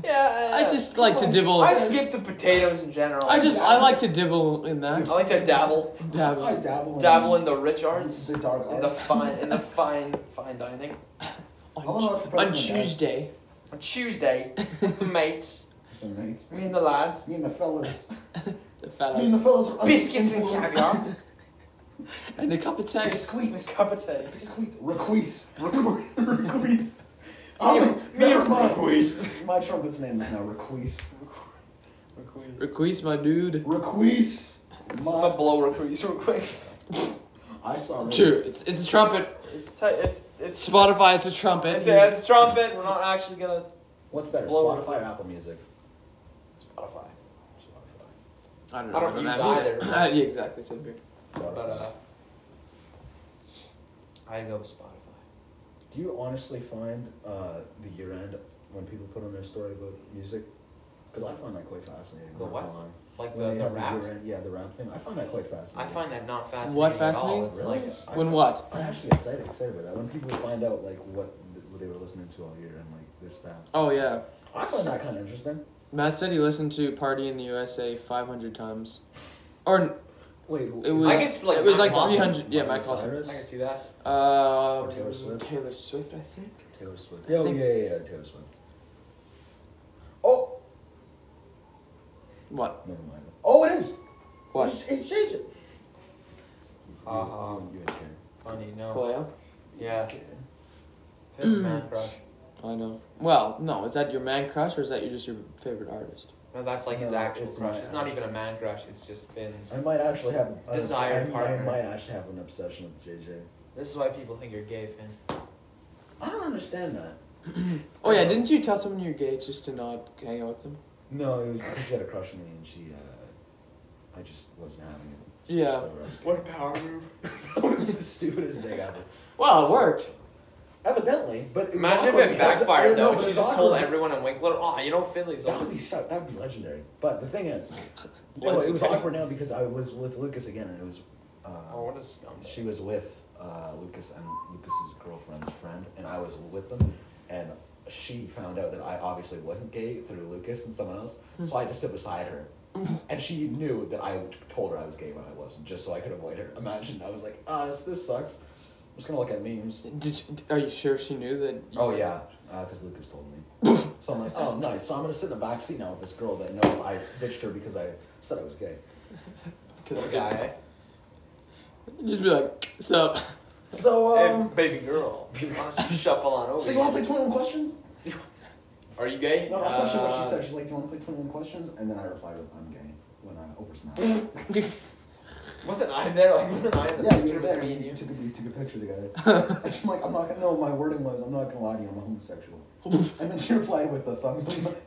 S2: Yeah,
S3: I just like to
S7: Oh,
S3: dibble.
S2: I skip the potatoes in general.
S3: I just I like to dibble in
S2: I
S3: that.
S2: like to dabble
S7: I
S3: Dabble.
S7: dabble in
S2: dabble in the rich arts,
S7: the dark
S2: in the
S7: arts.
S2: fine in the fine fine dining.
S7: I wanna
S3: On,
S7: watch
S3: on
S7: President Ed
S3: Tuesday,
S2: On Tuesday, with the mates,
S7: tonight.
S2: me and the lads,
S7: Me and the fellas.
S3: the
S7: Me and the fellas
S3: fellas,
S7: are under
S2: Uh, biscuits and
S7: influence.
S2: caviar,
S3: and a cup of tea.
S2: and a
S7: Biscuit.
S2: cup of tea.
S7: Biscuit. Requeese. Requeese. Requeese.
S2: Me
S7: Oh,
S2: and- me
S7: never
S2: and
S7: mind.
S2: Requeese.
S7: My trumpet's name is now Requeese.
S2: Requeese.
S3: Requeese, my dude.
S7: Requeese.
S2: I'm gonna
S7: My,
S2: blow Requeese real quick.
S7: I saw
S3: True. It's it's a trumpet.
S2: It's t- it's it's
S3: Spotify. It's a trumpet.
S2: it's, it's trumpet. We're not actually gonna
S1: What's better,
S2: Blow it.
S1: Spotify or Apple Music?
S2: Spotify.
S1: Spotify.
S3: I don't know.
S2: I don't use either.
S3: yeah, exactly. Same here.
S2: But uh, I go with Spotify.
S1: Do you honestly find uh, the year end when people put on their story about music? Because I find that quite fascinating.
S2: The
S1: not
S2: what?
S1: gonna lie.
S2: Like
S1: When
S2: the,
S1: they
S2: the
S1: have
S2: rap.
S1: the year-end- yeah, the rap thing. I find that quite
S2: I
S1: fascinating.
S2: find that not fascinating.
S3: What
S2: At all.
S3: fascinating?
S2: It's
S1: really,
S2: like
S1: I
S3: When
S1: fi-
S3: what?
S1: I actually get excited, excited about that. When people find out like what, th- what they were listening to all year and like their stats.
S3: Oh yeah.
S1: I find that kind of interesting.
S3: Matt said he listened to "Party in the USA" 500 times, or n-
S1: Wait,
S3: It was-
S2: I guess like
S3: it was like
S2: Michael-
S3: 300 yeah, Mike Lawson.
S2: I can see that.
S3: uh,
S1: Taylor Swift.
S3: Taylor Swift, I think.
S1: Taylor Swift.
S3: I
S1: Oh
S3: think-
S1: yeah, yeah, yeah, Taylor Swift. Oh,
S3: What?
S1: never mind. Oh, it is.
S3: What?
S1: It's, it's changing.
S2: Uh-huh.
S1: Uh, um, You- you don't care.
S2: Funny, no.
S3: Kaleo?
S2: Yeah. Fifth man crush.
S3: I know. Well, no. Is that your man crush, or is that you just your favorite artist?
S2: No, that's like his
S1: No,
S2: actual
S1: it's
S2: crush.
S1: my
S2: It's not
S1: ass.
S2: even a man crush. It's just Finn's.
S1: I might actually have an obs-
S2: Desired
S1: I-
S2: partner.
S1: I might actually have an obsession with JJ.
S2: This is why people think you're gay, Finn.
S1: I don't understand that.
S3: Oh yeah, didn't you tell someone you're gay just to not hang out with them?
S1: No, it was because she had a crush on me and she, uh, I just wasn't having it. So
S3: Yeah.
S1: just
S2: What a power move.
S1: That was the stupidest thing ever.
S3: Well, it worked.
S1: Evidently, but it was
S2: Imagine
S1: awkward
S2: if it
S1: because- no,
S2: backfired though.
S1: but
S2: She
S1: it was
S2: just told
S1: awkward.
S2: everyone in Winkler, "Oh, you know Finley's
S1: That would
S2: on."
S1: be so, that would be legendary. But the thing is, no, it was awkward now because I was with Lucas again, and it was. Uh,
S2: Oh, what a scumbag.
S1: She was with uh, Lucas and Lucas's girlfriend's friend, and I was with them, and she found out that I obviously wasn't gay through Lucas and someone else, so I just stood beside her, and she knew that I told her I was gay when I wasn't, just so I could avoid her. Imagine I was like, ah, this, this sucks. just gonna look at memes. uh,
S3: Did you, are you sure she knew that? you-
S6: Oh yeah, because Lucas told me.
S1: So I'm like, oh nice. So I'm gonna sit in the back seat now with this girl that knows I ditched her because I said I was gay.
S3: Could
S1: Or
S3: I
S1: guy.
S3: get- Just be like, sup.
S1: So
S2: Hey,
S1: um,
S2: baby girl, why don't you shuffle on over?
S1: so you wanna
S2: here?
S1: play Twenty One Questions?
S2: Are you gay?
S1: No, that's actually what she
S2: Uh,
S1: said. She's like, do you wanna play Twenty One Questions? And then I replied with, I'm gay when I oversnapped.
S2: Wasn't I there? Like, wasn't I in the
S1: yeah,
S2: picture?
S1: you were
S2: It was
S1: there.
S2: me and
S1: You
S2: you.
S1: took a, you took a picture together. And she's like, I'm not gonna know. My wording was, I'm not gonna lie to you. I'm a homosexual. and then she replied with the thumbs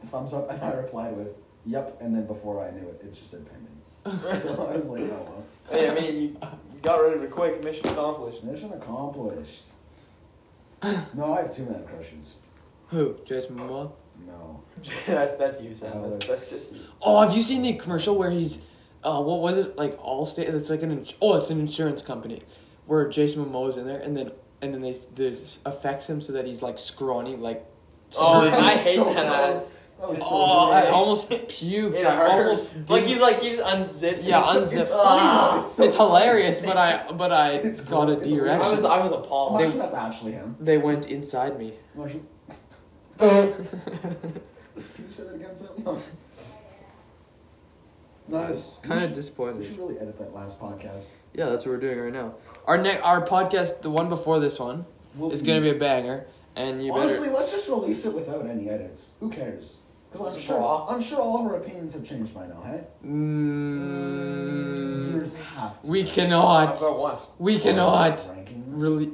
S1: thumbs up, and I replied with, yep. And then before I knew it, it just said pending. so I was like, oh well.
S2: Hey, I mean, you got rid of it quick. Mission accomplished.
S1: Mission accomplished. No, I have two man crushes.
S3: Who? Jason Momoa.
S1: No.
S2: that's that's you, Sam.
S1: No,
S2: That's, that's just.
S3: Oh, have you seen the commercial where he's, uh, what was it? Like Allstate. It's like an ins- oh, it's an insurance company, where Jason Momoa's in there, and then and then they this affects him so that he's like scrawny, like.
S2: Oh,
S3: scrawny.
S2: and I hate
S1: So
S2: that.
S1: gross. That was so
S3: Oh, I
S1: gross.
S3: almost puked.
S2: It
S3: I
S2: hurts.
S3: almost
S2: Like
S3: didn't-
S2: he's like he just unzips.
S3: Yeah,
S2: his-
S3: unzip.
S1: It's, funny,
S2: Ah.
S1: though. it's, so
S3: it's
S1: funny.
S3: hilarious, but I but I
S1: It's
S3: got a
S1: gross. It's weird.
S2: I
S3: direction.
S2: was I was
S1: Well,
S2: appalled.
S1: Actually, that's actually him.
S3: They went inside me.
S1: Marshall. Can you say that again, Sam? No. Nice.
S3: Kind of
S1: We should
S3: disappointed.
S1: really edit that last podcast.
S3: Yeah, that's what we're doing right now. Our next our podcast, the one before this one,
S1: We'll
S3: is gonna be a banger, and you better.
S1: Honestly, let's just release it without any edits. Who cares? Because I'm sure,
S2: Raw.
S1: I'm sure all of our opinions have changed by now, hey?
S3: Mm,
S1: Yours have to.
S3: we
S2: I've
S3: cannot.
S2: got one.
S3: We cannot
S1: Rankings.
S3: really.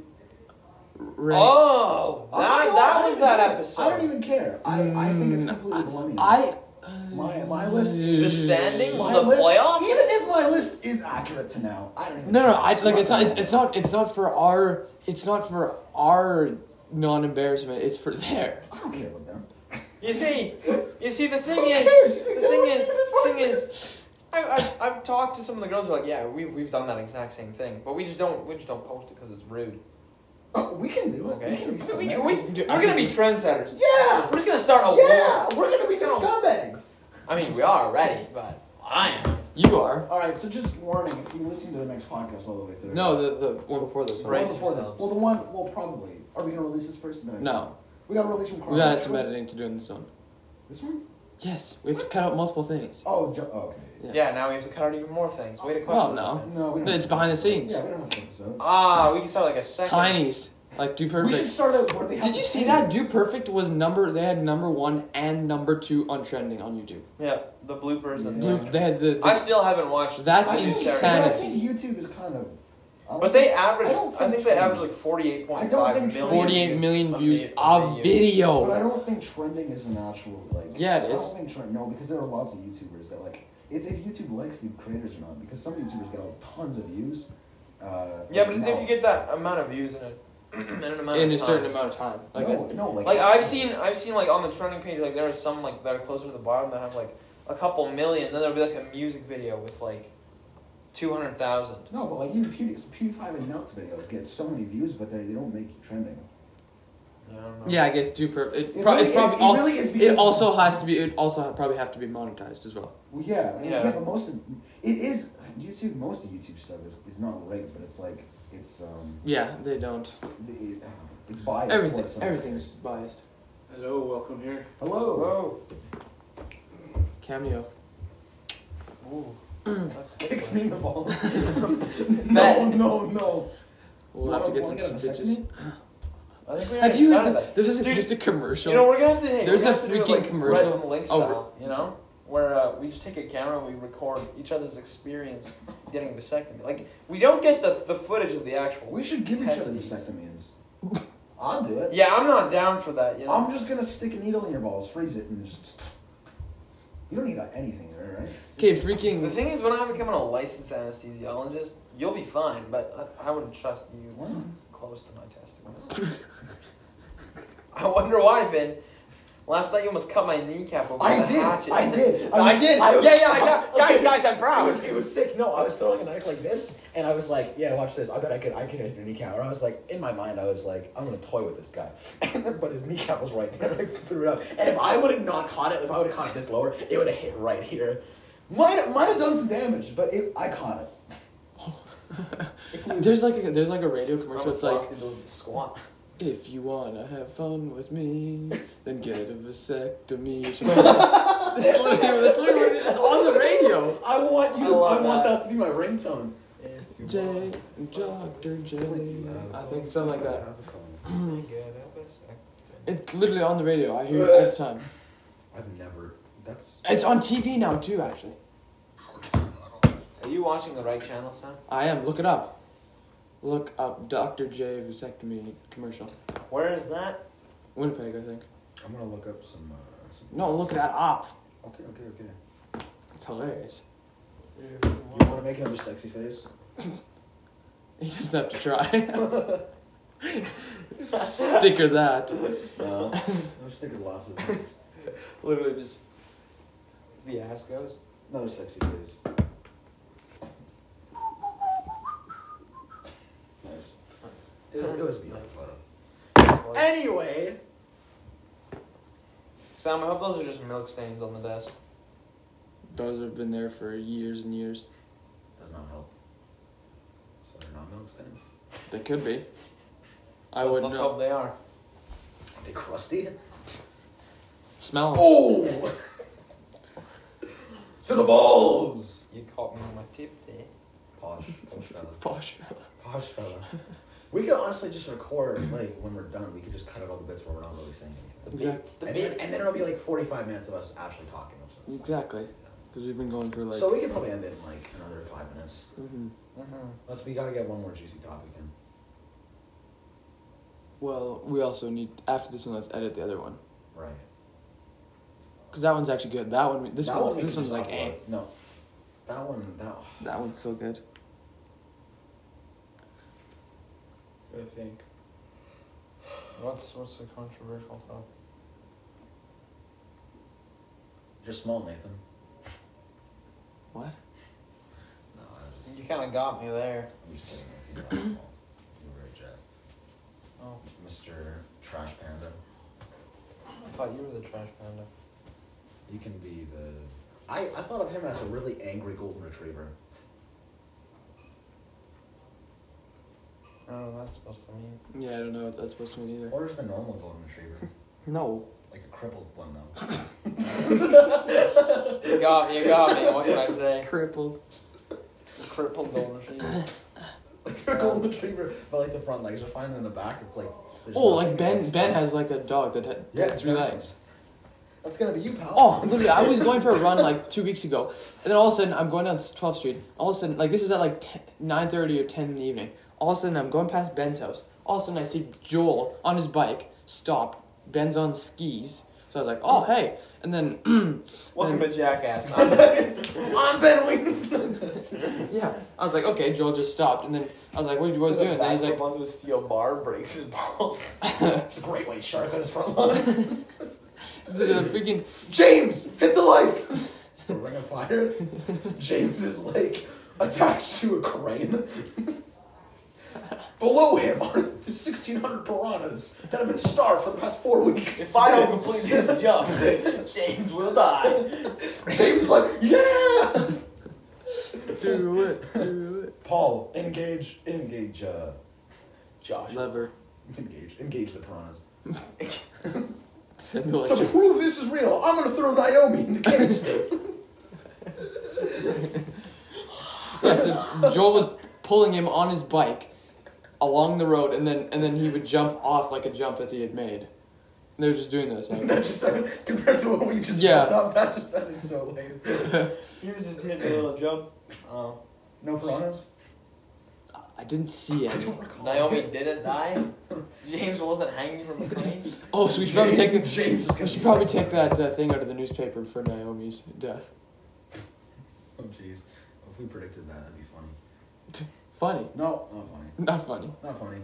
S3: Rank.
S2: Oh,
S1: I'm
S2: that,
S1: not- I
S2: that
S1: don't
S2: was
S1: even
S2: that
S1: care.
S2: episode.
S1: I don't even care. I, I think it's completely baloney.
S3: Mm, I. Mm.
S1: My- my list-
S2: the standings,
S1: my
S2: the
S1: list,
S2: playoffs.
S1: Even if my list is accurate to now, I don't even
S3: No, no,
S1: care.
S3: I like it's not. It's,
S1: gonna
S3: it's not. It's not for our. It's not for our non-embarrassment. It's for their.
S1: matter. I don't care about them.
S2: You see, you see, the thing
S1: Who
S2: is,
S1: cares? You
S2: the
S1: think
S2: thing
S1: they're
S2: is, the
S1: listening
S2: thing
S1: to this
S2: is, I, I, I've talked to some of the girls. who are like, yeah, we we've done that exact same thing, but we just don't we just don't post it because it's rude.
S1: Oh, we can do it. We
S2: Okay,
S1: can be
S2: so we, we,
S1: scumbags.
S2: we're gonna be trendsetters.
S1: Yeah!
S2: We're just gonna start a
S1: Yeah!
S2: war.
S1: We're gonna be the scumbags!
S2: I mean, we are already, but I am.
S3: You are.
S1: Alright, so just warning if you listen to the next podcast all the way through.
S3: No, the the one before this.
S1: The
S3: One.
S1: one
S2: Brace
S1: before this.
S2: yourselves.
S1: Well, the one, well, probably. Are we gonna release this first? and then-
S3: No.
S1: We gotta release from
S3: We got some
S1: chronological.
S3: editing to do in this one.
S1: This one?
S3: Yes, we have to cut out multiple things.
S1: Oh, jo- okay.
S2: Yeah, now we have to cut out even more things. Wait a
S3: Well,
S2: question.
S3: no,
S1: No, we don't.
S3: it's behind the scenes.
S1: Yeah, we don't have to this out.
S2: Ah, we can start like a second.
S3: Tinies, like do
S1: We should
S3: perfect.
S1: start out where they have
S3: Did you
S1: the
S3: see
S1: same-
S3: that? Do perfect was number. They had number one and number two on trending on YouTube.
S2: Yeah, the bloopers and.
S1: Yeah.
S3: Blue- They had the.
S2: I
S3: the
S2: still haven't watched.
S3: That's
S1: I
S2: I
S1: think,
S2: didn't care.
S1: But I
S3: insanity.
S1: think YouTube is kind of. I don't
S2: But they
S1: think-
S2: average.
S1: I don't
S2: I, think
S1: think
S2: they
S1: trend-
S2: average like forty-eight point
S1: I
S2: five
S1: don't think
S2: million.
S3: Forty-eight million
S2: of
S3: views
S2: vi-
S3: a
S1: But I
S3: video.
S1: don't think trending is an actual like.
S3: Oh. Yeah, it
S1: I
S3: is.
S1: don't think trend. No, because there are lots of YouTubers that like. It's if YouTube likes the creators or not. Because some YouTubers get like, tons of views. Uh,
S2: Yeah, but it's
S1: no.
S2: if you get that amount of views in a in an amount
S3: In
S2: of
S3: a
S2: time.
S3: certain amount of time, like
S1: no, no, like,
S2: Like I've seen, I've seen like on the trending page, like there are some like that are closer to the bottom that have like a couple million. Then there'll be like a music video with like two hundred thousand.
S1: No, but like even Pewdie, PewDiePie and Nuts videos get so many views, but they they don't make you trending.
S2: I don't know.
S3: yeah, I guess do perfect.
S1: It
S3: It, pro-
S1: really
S3: it's probably
S1: is,
S3: all-
S1: it really is because
S3: It also has to be. It also probably have to be monetized as well.
S1: Well, yeah, I mean,
S2: Yeah.
S1: yeah, But most of it is YouTube. Most of YouTube stuff is, is not ranked, but it's like it's um
S3: Yeah, they don't.
S1: it, it's biased.
S3: Everything.
S1: towards some-
S3: Everything's biased.
S4: Hello, welcome here.
S1: Hello.
S2: Whoa.
S3: Cameo.
S2: Ooh. That's good.
S1: Kicks me in the balls. no,
S2: Bet.
S1: no, no.
S3: We'll have to get some
S1: Wanna a
S3: stitches.
S1: vasectomy?
S2: I think we
S3: Have you heard
S2: decided
S3: the,
S2: that.
S3: there's, a,
S2: Dude,
S3: there's a commercial.
S2: You know, we're gonna have to. hey,
S3: There's
S2: we're gonna
S3: a
S2: have to do it,
S3: freaking
S2: like,
S3: commercial.
S2: Red and Link
S3: Oh,
S2: style, you know, where uh, we just take a camera and we record each other's experience getting a vasectomy. Like we don't get the the footage of the actual.
S1: We should give each other
S2: testes.
S1: vasectomies. I'll do it.
S2: Yeah, I'm not down for that. You know.
S1: I'm just gonna stick a needle in your balls, freeze it, and just. You don't need anything there, right?
S3: Okay,
S2: The
S3: freaking.
S2: thing is, when I become a licensed anesthesiologist, you'll be fine, but I, I wouldn't trust you
S1: Why
S3: Hmm.
S1: not?
S2: close to my testicles. I wonder why, Finn. Last night you almost cut my kneecap open
S1: I
S2: with a
S1: did,
S2: hatchet.
S1: I did, I
S2: I
S1: was-
S2: did.
S1: I was-
S2: yeah, yeah, I got. Guys, guys, I'm
S1: I
S2: proud.
S1: was, it was sick. No, I was throwing a knife like this, and I was like, "Yeah, watch this. I bet I could, I could hit your kneecap." Or I was like, in my mind, I was like, "I'm gonna toy with this guy," but his kneecap was right there. and I threw it up, and if I would have not caught it, if I would have caught it this lower, it would have hit right here. Might might have done some damage, but it, I caught it.
S3: There's like a, there's like a radio commercial. It's like
S2: squat.
S3: if you wanna have fun with me, then get a vasectomy. that's literally, that's literally what it is. It's on the radio.
S1: I want you.
S2: I
S1: I,
S2: love
S1: want
S2: that.
S1: that to be my ringtone.
S3: J, Doctor J. I think something like that. It's literally on the radio. I hear it all the time.
S1: I've never. That's.
S3: It's on TV now too. Actually,
S2: Are you watching the right channel, Sam?
S3: I am. Look it up. Look up Doctor J vasectomy commercial.
S2: Where is that?
S3: Winnipeg, I think.
S1: I'm gonna look up some. Uh, some
S3: No, look that up.
S1: Okay, okay, okay. You
S3: It's hilarious.
S1: want to make another sexy face?
S3: He doesn't have to try. Sticker that.
S1: No.
S3: Uh-huh.
S1: I'm just thinking lots of things.
S2: Literally just the ass goes.
S1: Another sexy face. Nice. It was, it was beautiful. Anyway.
S2: Sam, I hope those are just milk stains on the desk.
S3: Those have been there for years and years.
S1: Does not help. So they're not milk stains.
S3: They could be. I
S2: Let's-
S3: wouldn't
S2: Let's
S3: know.
S2: hope they are.
S1: Are they crusty?
S3: Smell 'em.
S1: Oh! to the balls!
S2: You caught me on my tip there.
S1: Posh, posh fella.
S3: Posh.
S1: Posh fella. We could honestly just record, like, when we're done, we could just cut out all the bits where we're not really saying
S2: The
S1: anything.
S3: Yeah.
S2: bits, the
S1: and, then,
S2: bits.
S1: and then it'll be like 45 minutes of us actually talking. Of some stuff.
S3: Exactly. Because we've been going for like.
S1: so we could probably end it in like another five minutes.
S3: Mhm.
S2: Mhm.
S1: Let's, we gotta get one more juicy topic in.
S3: Well, we also need after this one. Let's edit the other one.
S1: Right.
S3: Because that one's actually good. That one. This
S1: That
S3: one's
S1: we
S3: This
S1: could
S3: one's
S1: just
S3: like eh.
S1: upload. No. That one, that
S3: That one's so good.
S2: I think. What's what's the controversial topic?
S1: You're small, Nathan.
S3: What?
S1: No, I was just.
S2: You kind of got me there.
S1: I'm just kidding. Nathan. You're not small. You were a jet.
S2: Oh,
S1: Mr. Trash Panda.
S2: I thought you were the trash panda.
S1: You can be the. I, I thought of him as a really angry golden retriever.
S2: I don't know what that's supposed to mean.
S3: Yeah, I don't know what that's supposed to mean either.
S1: Or just the normal golden retriever.
S3: No.
S1: like a crippled one, though.
S2: You got me. You got me. What can I say?
S3: Crippled.
S2: Crippled golden retriever.
S1: like a golden retriever, but like the front legs are fine, and the back, it's like. there's
S3: Oh,
S1: nothing,
S3: like Ben.
S1: it's
S3: Ben
S1: studs.
S3: has like a dog that had
S1: Yeah,
S3: three
S1: exactly.
S3: legs.
S1: That's gonna be you, pal.
S3: Oh, literally, I was going for a run like two weeks ago, and then all of a sudden I'm going down 12th Street. All of a sudden, like this is at like 10, 9.30 or 10 in the evening. All of a sudden, I'm going past Ben's house. All of a sudden, I see Joel on his bike stop. Ben's on skis. So I was like, oh, hey. And then,
S2: Welcome to Jackass.
S1: I'm Ben Winston.
S3: yeah, I was like, okay, Joel just stopped. And then I was like, what are you boys doing? And then he's like,
S2: onto a steel bar, breaks his balls.
S1: It's a great white shark on his front lawn.
S3: the freaking,
S1: James, hit the lights. the ring of fire. James is like attached to a crane. Below him are 1,600 piranhas that have been starved for the past four weeks.
S2: If I don't complete this jump, James will die.
S1: James is like, yeah.
S3: do it, do
S1: Paul, engage, engage, uh,
S2: Josh.
S3: it. Lever.
S1: engage, engage the piranhas.
S3: Send the
S1: To
S3: electric.
S1: prove this is real, I'm gonna throw Naomi in the cage.
S3: Yeah, so Joel was pulling him on his bike along the road, and then and then he would jump off like a jump that he had made. And they were just doing this.
S1: And
S3: Like,
S1: that just sounded, compared to what we just
S3: Yeah.
S1: built up, that just sounded so lame.
S2: He was just hitting a little jump. Oh.
S1: No piranhas?
S3: I didn't see
S1: I
S3: any.
S1: don't recall.
S2: Naomi didn't die. James wasn't hanging from a crane.
S3: Oh, so we should probably take the,
S1: James is
S3: we
S1: gonna
S3: should
S1: be
S3: probably
S1: so-
S3: take that uh, thing out of the newspaper for Naomi's death.
S1: Oh, jeez. If we predicted that, that'd be funny.
S3: Funny,
S1: No, not funny.
S3: not funny,
S1: Not funny.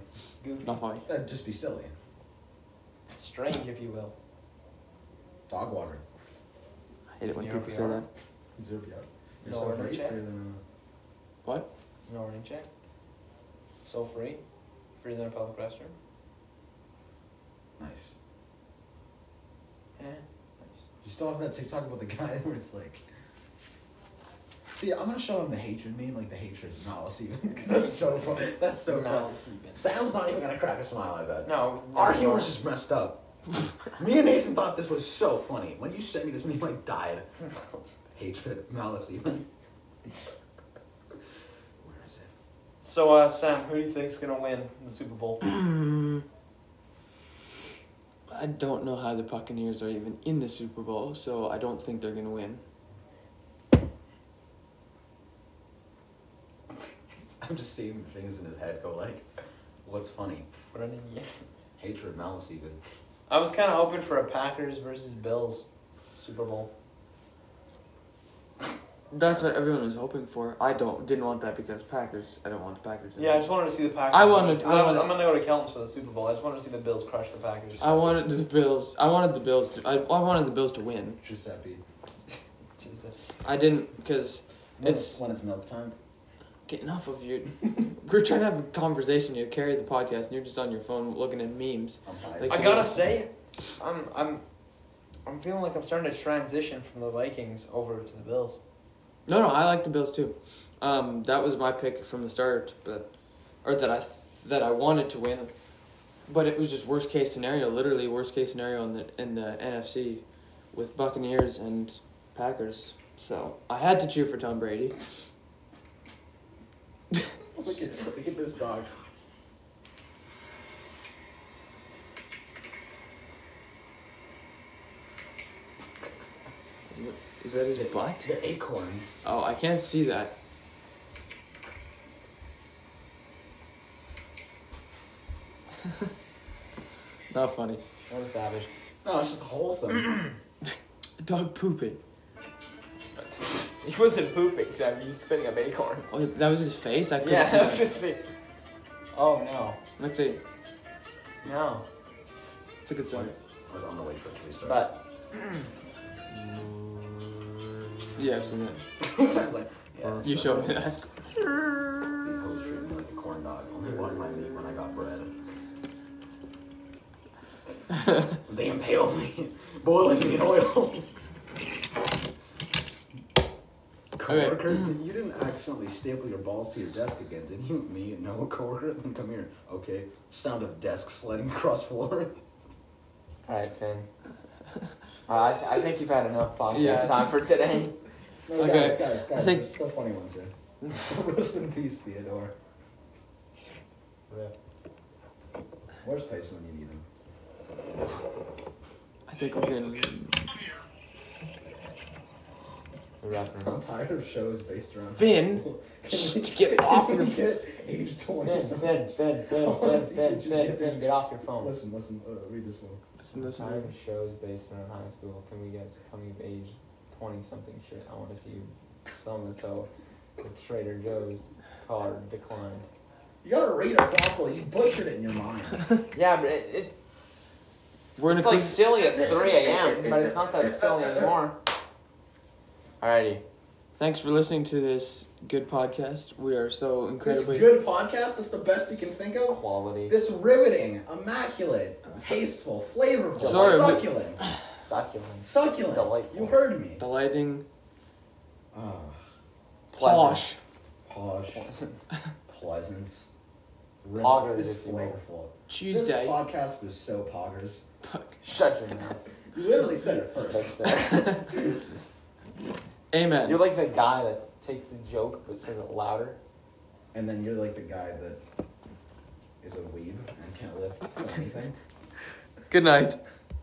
S2: Goofy.
S3: not funny.
S1: That'd just be silly.
S2: Strange, if you will.
S1: Dog water.
S3: I hate it when
S2: You're
S3: people
S2: okay,
S3: say
S2: alright?
S3: that.
S1: Zero out. You're
S2: No,
S1: so
S2: we're gonna
S1: free
S2: check.
S1: for the-
S3: What?
S2: No warning check. So free. Free than a public restroom.
S1: Nice.
S2: Eh.
S3: Eh,
S1: You still have that TikTok about the guy where it's like, See, I'm gonna show him the hatred meme, like the hatred of Malice even, because that's so funny. That's so funny. Sam's not even gonna crack a smile, I bet.
S2: No.
S1: Our
S2: no.
S1: humor's just messed up. me and Nathan thought this was so funny. When you sent me this meme, I died. hatred, malice even. Where is it?
S2: So, uh, Sam, who do you think's gonna win the Super Bowl?
S3: I don't know how the Buccaneers are even in the Super Bowl, so I don't think they're gonna win.
S1: I'm just seeing things in his head go like, what's funny?
S2: What an idiot.
S1: Hatred, malice even.
S2: I was kind of hoping for a Packers versus Bills Super Bowl.
S3: That's what everyone was hoping for. I don't didn't want that because Packers. I don't want the Packers. in
S2: Yeah, I
S3: it.
S2: just wanted to see the Packers.
S3: I wanted-
S2: 'Cause
S3: I
S2: I'm-
S3: wanted-
S2: I'm gonna go to Kelton's for the Super Bowl. I just wanted to see the Bills crush the Packers.
S3: I wanted the Bills. I wanted the Bills to. I, I wanted the Bills to win.
S1: Giuseppe.
S2: Jesus.
S3: I didn't because
S1: When
S3: It's-
S1: when it's milk time.
S3: get enough of you. We're trying to have a conversation here, carry the podcast, and you're just on your phone looking at memes.
S1: I'm high.
S3: Like-
S2: I gotta say, I'm I'm I'm feeling like I'm starting to transition from the Vikings over to the Bills.
S3: No, no, I like the Bills too. Um, that was my pick from the start, but or that I that I wanted to win, but it was just worst case scenario, literally worst case scenario in the in the NFC, with Buccaneers and Packers. So I had to cheer for Tom Brady.
S1: look, at, look at this dog.
S3: Is that his butt?
S1: They're acorns.
S3: Oh, I can't see that. Not funny.
S2: What a savage.
S1: No, it's just wholesome.
S3: Dog pooping.
S2: He wasn't pooping, Sam. He was spitting up acorns.
S3: Oh, that was his face. I couldn't
S2: yeah,
S3: see
S2: that's
S3: that.
S2: his face. Oh no,
S3: Let's see.
S2: no.
S3: It's a good song.
S1: I was on the way for it to restart.
S2: But
S3: Yeah, I've seen that.
S1: so I was like, yeah,
S3: You
S1: so
S3: showed
S1: that's
S3: me
S1: it.
S3: that.
S1: These hoes treat me like a corn dog. Only wanted my meat when I got bread. they impaled me, boiling me in oil. Coworker, did- you didn't accidentally staple your balls to your desk again, did you? Me? No, coworker. Then come here. Okay. Sound of desk sliding across floor.
S2: all right, Finn. Uh, I th- I think you've had enough podcast
S3: Yeah.
S2: time for today.
S1: No,
S3: Okay.
S1: guys, guys, guys.
S3: I think-
S1: There's still funny ones here. Rest in peace, Theodore. Where's Tyson when you need him?
S3: I think we're getting.
S1: I'm tired of shows based around.
S3: Finn, shh, get off your.
S1: Get age 20.
S2: Finn, Finn, Finn,
S1: I
S2: Finn,
S1: wanna
S2: Finn,
S1: see you
S2: Finn,
S1: just
S2: Finn,
S1: get
S2: Finn,
S1: me-
S2: get off your phone.
S1: Listen, listen, uh, read this one.
S3: Listen, listen.
S2: Tired of shows based on high school. Can we get some coming of age, twenty something shit? I want to see so and so. The Trader Joe's card declined.
S1: You gotta read it properly. You butchered it in your mind.
S2: Yeah, but it, it's
S3: We're in a
S2: it's like
S3: cruise-
S2: silly at three a.m., but it's not that silly anymore. Alrighty.
S3: Thanks for listening to this good podcast. We are so
S1: this
S3: incredibly.
S1: good podcast, that's the best you can think of.
S2: Quality.
S1: This riveting, immaculate, tasteful, flavorful,
S3: Sorry, we-
S1: succulent.
S2: Succulent.
S1: Succulent.
S2: Delightful.
S1: You heard me.
S3: The lighting,
S1: Ah,
S2: Pleasant.
S3: posh.
S1: posh,
S2: Pleasant.
S1: pleasant.
S2: Poggers,
S1: This
S2: if you will.
S1: flavorful. This
S3: Tuesday.
S1: podcast was so poggers.
S3: Puck.
S2: Shut your mouth.
S1: You literally said it first.
S3: Amen.
S2: You're like the guy that takes the joke but says it louder.
S1: And then you're like the guy that is a weeb and can't live for anything.
S3: Good night.